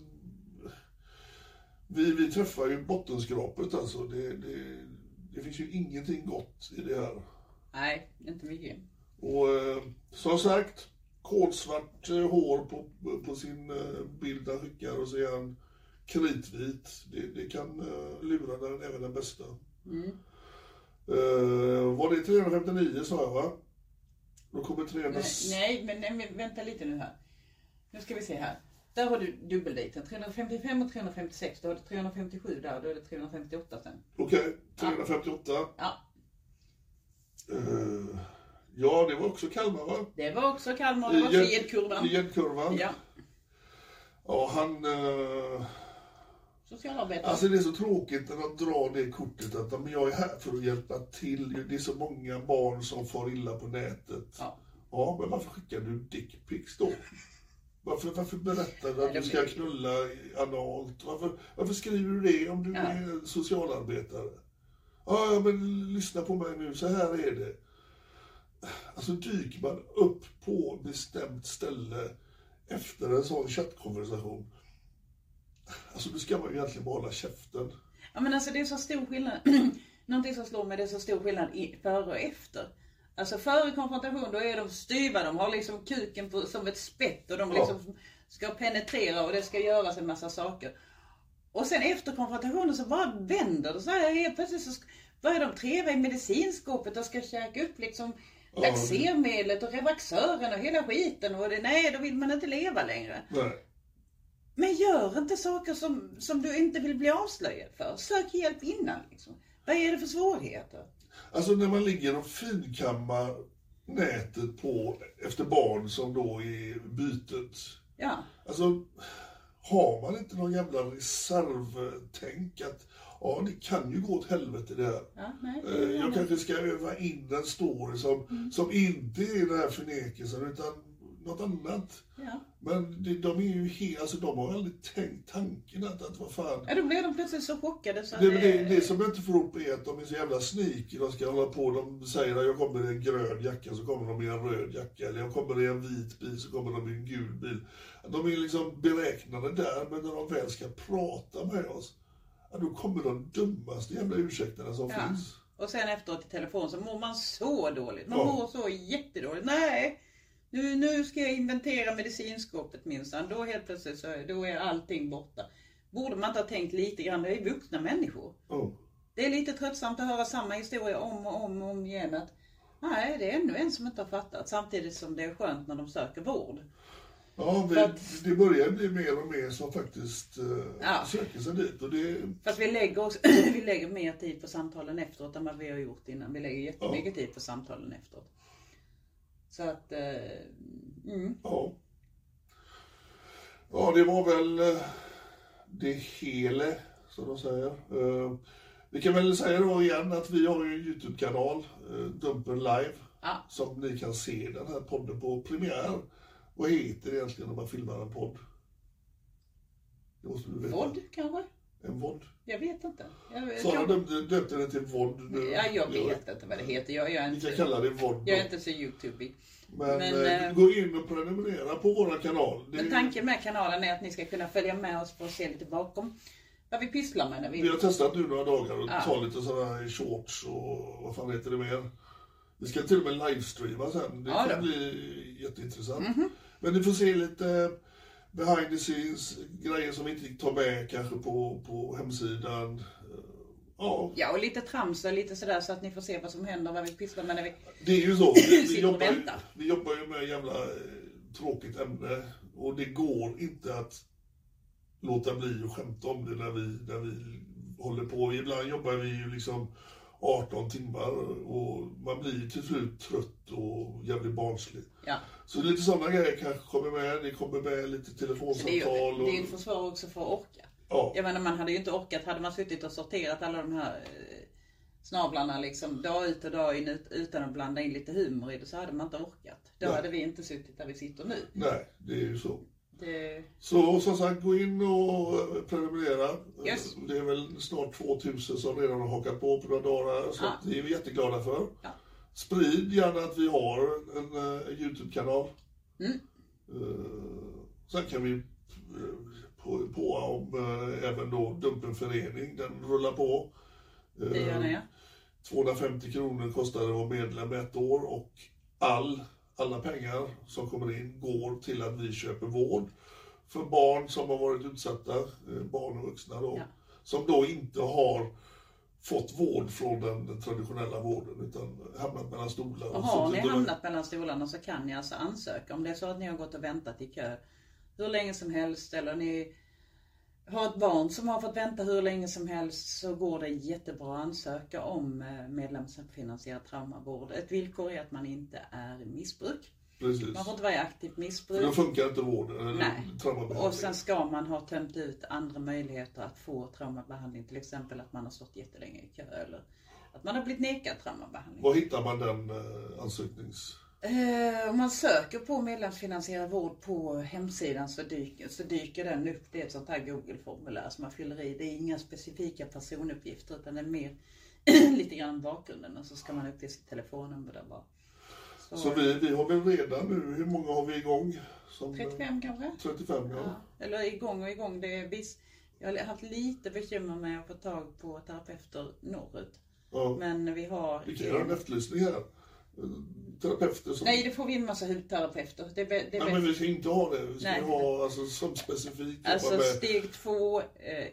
[SPEAKER 2] Vi, vi träffar ju bottenskrapet alltså. Det, det, det finns ju ingenting gott i det här.
[SPEAKER 3] Nej, inte mycket.
[SPEAKER 2] Och eh, som sagt, kolsvart eh, hår på, på sin eh, bild han skickar och så är han kritvit. Det, det kan eh, lura den, även den bästa.
[SPEAKER 3] Mm.
[SPEAKER 2] Eh, var det 359 sa jag va? Då kommer 300...
[SPEAKER 3] Nej, nej, men, nej, men vänta lite nu här. Nu ska vi se här. Där har du dubbeldejten. 355 och 356. Då har du 357 där och då är det 358 sen.
[SPEAKER 2] Okej, 358.
[SPEAKER 3] Ja,
[SPEAKER 2] Eh, ja, det var också Kalmar va?
[SPEAKER 3] det var också Kalmar. Det var också
[SPEAKER 2] gädd-
[SPEAKER 3] Edkurvan.
[SPEAKER 2] I gäddkurvan.
[SPEAKER 3] Ja,
[SPEAKER 2] Ja, han... eh,
[SPEAKER 3] socialarbetare.
[SPEAKER 2] alltså det är så tråkigt när de drar det kortet att men jag är här för att hjälpa till. Det är så många barn som far illa på nätet.
[SPEAKER 3] Ja.
[SPEAKER 2] Ja, men varför skickar du dickpics då? Varför, varför berättar du att
[SPEAKER 3] de
[SPEAKER 2] du ska
[SPEAKER 3] är-
[SPEAKER 2] knulla analt? Varför, varför skriver du det om du
[SPEAKER 3] Ja.
[SPEAKER 2] är socialarbetare? Ja, ja, men lyssna på mig nu, så här är det. Alltså dyker man upp på bestämt ställe efter en sån chattkonversation. Alltså då ska man ju egentligen bara hålla käften.
[SPEAKER 3] Ja men alltså det är så stor skillnad. (clears throat) Någonting som slår mig det är så stor skillnad i, före och efter. Alltså före konfrontation då är de styva, de har liksom kuken på, som ett spett och de
[SPEAKER 2] Ja.
[SPEAKER 3] liksom ska penetrera och det ska göras en massa saker. Och sen efter konfrontationen så bara vänder det så här helt plötsligt så sk- börjar de treva i medicinskåpet och ska käka upp liksom laxermedlet och Revaxören och hela skiten och det, nej då vill man inte leva längre.
[SPEAKER 2] Nej.
[SPEAKER 3] Men gör inte saker som, som du inte vill bli avslöjad för. Sök hjälp innan. Liksom. Vad är det för svårigheter?
[SPEAKER 2] Alltså när man ligger och finkammar nätet på efter barn som då är bytet.
[SPEAKER 3] Ja,
[SPEAKER 2] Alltså har man inte någon jävla reservtänk att ja, det kan ju gå åt helvete det här.
[SPEAKER 3] ja nej. det
[SPEAKER 2] Eh,
[SPEAKER 3] är
[SPEAKER 2] Jag
[SPEAKER 3] det.
[SPEAKER 2] kanske ska öva in en story som, som inte är den här förnekelsen utan något annat.
[SPEAKER 3] Ja.
[SPEAKER 2] Men det, de är ju helt, alltså de har aldrig tänkt tanken att, att vad fan.
[SPEAKER 3] ja, då blir de plötsligt så chockade så att
[SPEAKER 2] Det, det, det som jag inte får ihop är att de är så jävla sneaky. De ska hålla på, de säger att jag kommer i en grön jacka så kommer de i en röd jacka. Eller jag kommer i en vit bil så kommer de i en gul bil. De är liksom beräknade där men när de väl ska prata med oss, ja, då kommer de dummaste jävla ursäkterna som
[SPEAKER 3] Ja.
[SPEAKER 2] finns.
[SPEAKER 3] Och sen efteråt i telefon så mår man så dåligt. Man
[SPEAKER 2] Ja.
[SPEAKER 3] mår så jättedåligt. Nej, nu, nu ska jag inventera medicinskåpet minsann. Då helt plötsligt så är- då är allting borta. Borde man inte ha tänkt lite grann? Det är ju vuxna människor.
[SPEAKER 2] Ja.
[SPEAKER 3] Det är lite tröttsamt att höra samma historia om och om och om igen. Att, nej, det är ännu en som inte har fattat. Samtidigt som det är skönt när de söker vård.
[SPEAKER 2] Ja, vi,
[SPEAKER 3] För att-
[SPEAKER 2] det börjar bli mer och mer som faktiskt eh,
[SPEAKER 3] Ja.
[SPEAKER 2] söker sig dit. Och det,
[SPEAKER 3] Fast vi lägger, oss, (clears throat) vi lägger mer tid på samtalen efteråt än vad vi har gjort innan. Vi lägger jättemycket tid på samtalen efteråt. Så att, eh, mm,
[SPEAKER 2] ja. ja, det var väl eh, det hela, som de säger. Eh, vi kan väl säga då igen att vi har ju en YouTube-kanal, eh, Dumpen Live,
[SPEAKER 3] Ja.
[SPEAKER 2] som ni kan se den här podden på premiär. Vad heter det egentligen när man filmar en podd? Det måste du veta.
[SPEAKER 3] våld kanske?
[SPEAKER 2] En vod.
[SPEAKER 3] Jag vet inte. Jag,
[SPEAKER 2] Sara
[SPEAKER 3] Eh, jag,
[SPEAKER 2] döpte, döpte den till vod nu.
[SPEAKER 3] ja, jag vet inte vad det heter. Jag, jag, är
[SPEAKER 2] Vi kan
[SPEAKER 3] inte,
[SPEAKER 2] kalla det vod.
[SPEAKER 3] jag är inte så youtube
[SPEAKER 2] Men,
[SPEAKER 3] Men,
[SPEAKER 2] eh,
[SPEAKER 3] eh,
[SPEAKER 2] gå in och prenumerera på vår kanal. Det,
[SPEAKER 3] Men tanken med kanalen är att ni ska kunna följa med oss och se lite bakom vad vi pysslar med. När
[SPEAKER 2] Vi
[SPEAKER 3] vi,
[SPEAKER 2] har testat nu några dagar och
[SPEAKER 3] Ja.
[SPEAKER 2] ta lite sådana här shorts och vad fan heter det mer. Vi ska till och med livestreama sen. Det
[SPEAKER 3] Ja, Mhm.
[SPEAKER 2] kommer
[SPEAKER 3] då.
[SPEAKER 2] bli jätteintressant. Men ni får se lite behind the scenes, grejer som vi inte tar med kanske på, på hemsidan. Ja,
[SPEAKER 3] ja, och lite trams och lite sådär så att ni får se vad som händer och vad vi pysslar med. När vi,
[SPEAKER 2] Det är
[SPEAKER 3] (laughs)
[SPEAKER 2] ju så. Vi, vi,
[SPEAKER 3] Sitter och
[SPEAKER 2] jobbar, ju,
[SPEAKER 3] väntar.
[SPEAKER 2] vi jobbar ju med jävla eh, tråkigt ämne och det går inte att låta bli att skämta om det när vi, när vi håller på. Ibland jobbar vi ju liksom 18 timmar och man blir ju till slut trött och jävligt barnslig.
[SPEAKER 3] ja.
[SPEAKER 2] Så lite sådana grejer kanske kommer med. Det kommer med lite
[SPEAKER 3] Det är ju
[SPEAKER 2] telefonsamtal
[SPEAKER 3] det är ju
[SPEAKER 2] och...
[SPEAKER 3] ett försvar också för att orka.
[SPEAKER 2] Ja.
[SPEAKER 3] Jag menar man hade ju inte orkat, hade man suttit och sorterat alla de här eh, snablarna liksom dag ut och dag in ut- utan att blanda in lite humor i det så hade man inte orkat. Då
[SPEAKER 2] Nej.
[SPEAKER 3] hade vi inte suttit där vi sitter nu.
[SPEAKER 2] Nej, det är ju så.
[SPEAKER 3] Det,
[SPEAKER 2] Så som sagt, gå in och eh, prenumerera.
[SPEAKER 3] Yes.
[SPEAKER 2] Det är väl snart 2000 som redan har hakat på på några dagar. här, Så
[SPEAKER 3] Ja.
[SPEAKER 2] att det är vi jätteglada för.
[SPEAKER 3] Ja.
[SPEAKER 2] Sprid gärna att vi har en eh, YouTube-kanal.
[SPEAKER 3] Mm.
[SPEAKER 2] Eh, sen kan vi eh, på, på om eh, även då Dumpenförening. Den rullar på. Eh,
[SPEAKER 3] det gör ni ja.
[SPEAKER 2] 250 kronor kostar det att vara medlem ett år och all, alla pengar som kommer in går till att vi köper vård för barn som har varit utsatta, eh, barn och vuxna då,
[SPEAKER 3] Ja.
[SPEAKER 2] som då inte har fått vård från den traditionella vården utan hamnat mellan stolar.
[SPEAKER 3] Och
[SPEAKER 2] så
[SPEAKER 3] har ni
[SPEAKER 2] vidare.
[SPEAKER 3] hamnat mellan stolarna så kan ni alltså ansöka. Om det är så att ni har gått och väntat i kö hur länge som helst eller ni har ett barn som har fått vänta hur länge som helst så går det jättebra att ansöka om eh, medlemsfinansierad traumavård. Ett villkor är att man inte är i missbruk.
[SPEAKER 2] Precis.
[SPEAKER 3] Man får inte vara i aktivt
[SPEAKER 2] För då
[SPEAKER 3] missbruk.
[SPEAKER 2] funkar inte vården. eller
[SPEAKER 3] Nej.
[SPEAKER 2] traumabehandlingen.
[SPEAKER 3] Och sen ska man ha tömt ut andra möjligheter att få traumabehandling. Till exempel att man har stått jättelänge i kö eller att man har blivit nekad traumabehandling.
[SPEAKER 2] Var hittar man den eh, ansöknings...
[SPEAKER 3] Eh, Om man söker på medlemsfinansierad vård på hemsidan så dyker, så dyker den upp. Det är ett sånt här Google-formulär som man fyller i. Det är inga specifika personuppgifter utan det är mer (clears throat) lite grann bakgrunden och så ska man uppge sitt telefonnummer där bara. Så,
[SPEAKER 2] Så vi, vi har väl redan nu, hur många har vi igång? Som, eh,
[SPEAKER 3] 35 kanske?
[SPEAKER 2] 35 ja.
[SPEAKER 3] Eller igång och igång. Det är viss, jag har haft lite bekymmer med att få tag på terapeuter norrut.
[SPEAKER 2] ja.
[SPEAKER 3] Men vi har...
[SPEAKER 2] Vi kan göra en efterlysning här. Eh, Terapeuter som...
[SPEAKER 3] Nej, det får vi in massa hudterapeuter. Det, är bä- det
[SPEAKER 2] Nej,
[SPEAKER 3] är bäst.
[SPEAKER 2] men vi ska inte ha det. Vi ska
[SPEAKER 3] Nej.
[SPEAKER 2] ha alltså, som specifikt
[SPEAKER 3] Alltså
[SPEAKER 2] jobba med...
[SPEAKER 3] steg två, eh,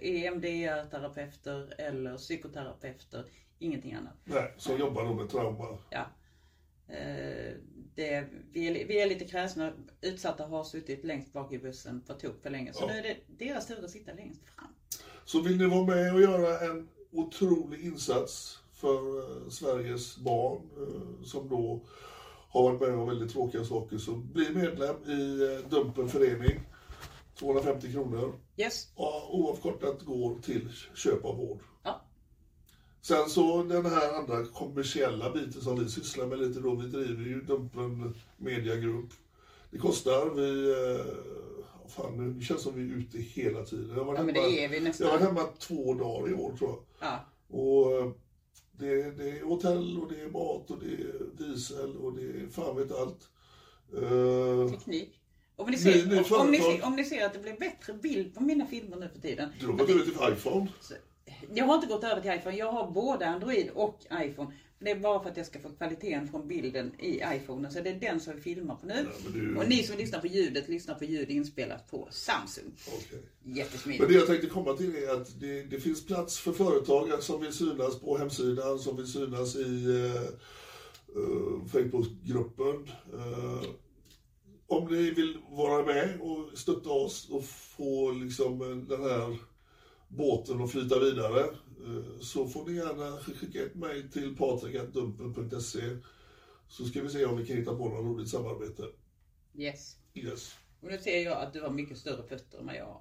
[SPEAKER 3] EMDR-terapeuter eller psykoterapeuter, ingenting annat.
[SPEAKER 2] Nej, som jobbar då med trauma.
[SPEAKER 3] Ja. Eh, Det, vi, är, vi är lite kräsna, utsatta har suttit längst bak i bussen på tok för länge. Så
[SPEAKER 2] Ja.
[SPEAKER 3] nu är det deras tur att sitta längst fram.
[SPEAKER 2] Så vill ni vara med och göra en otrolig insats för eh, Sveriges barn eh, som då har varit med om väldigt tråkiga saker så bli medlem i eh, Dumpen förening. 250 kronor.
[SPEAKER 3] Yes,
[SPEAKER 2] Och oavkortat går till köp av vård.
[SPEAKER 3] ja.
[SPEAKER 2] Sen så den här andra kommersiella biten som vi sysslar med lite då, vi driver ju Dumpen Media Group. Det kostar, vi... Eh, fan, nu känns det som vi är ute hela tiden. Jag var
[SPEAKER 3] Ja, men det är vi nästan.
[SPEAKER 2] Jag var hemma två dagar i år tror jag.
[SPEAKER 3] ja.
[SPEAKER 2] Och eh, det, det är hotell och det är mat och det är diesel och det är fan vet allt. Eh,
[SPEAKER 3] Teknik. Om ni,
[SPEAKER 2] Ny- ny
[SPEAKER 3] ser, om, ni
[SPEAKER 2] företag.
[SPEAKER 3] ser, om ni ser att det blir bättre bild på mina filmer nu för tiden.
[SPEAKER 2] du har gått över till iPhone.
[SPEAKER 3] Så, Jag har inte gått över till iPhone. Jag har både Android och iPhone. Men Det är bara för att jag ska få kvaliteten från bilden i iPhone. Så det är den som vi filmar på nu.
[SPEAKER 2] men det är ju-
[SPEAKER 3] Och ni som lyssnar på ljudet, lyssnar på ljud inspelat på Samsung.
[SPEAKER 2] Okej. Men
[SPEAKER 3] Jättesmidigt.
[SPEAKER 2] det jag tänkte komma till är att det, det finns plats för företag som vill synas på hemsidan, som vill synas i eh, eh, Facebookgruppen. Eh, om ni vill vara med och stötta oss och få liksom eh, den här båten att flyta vidare eh, så får ni gärna skicka ett mejl till patrikatdumpen.se så ska vi se om vi kan hitta på något roligt samarbete.
[SPEAKER 3] Yes.
[SPEAKER 2] Yes.
[SPEAKER 3] Och nu ser jag att du har mycket större fötter än vad jag har.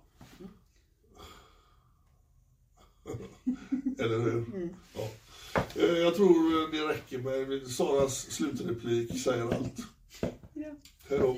[SPEAKER 2] Eller hur? Ja. Eh, Jag tror eh, det räcker med Saras slutreplik säger allt. Hej då.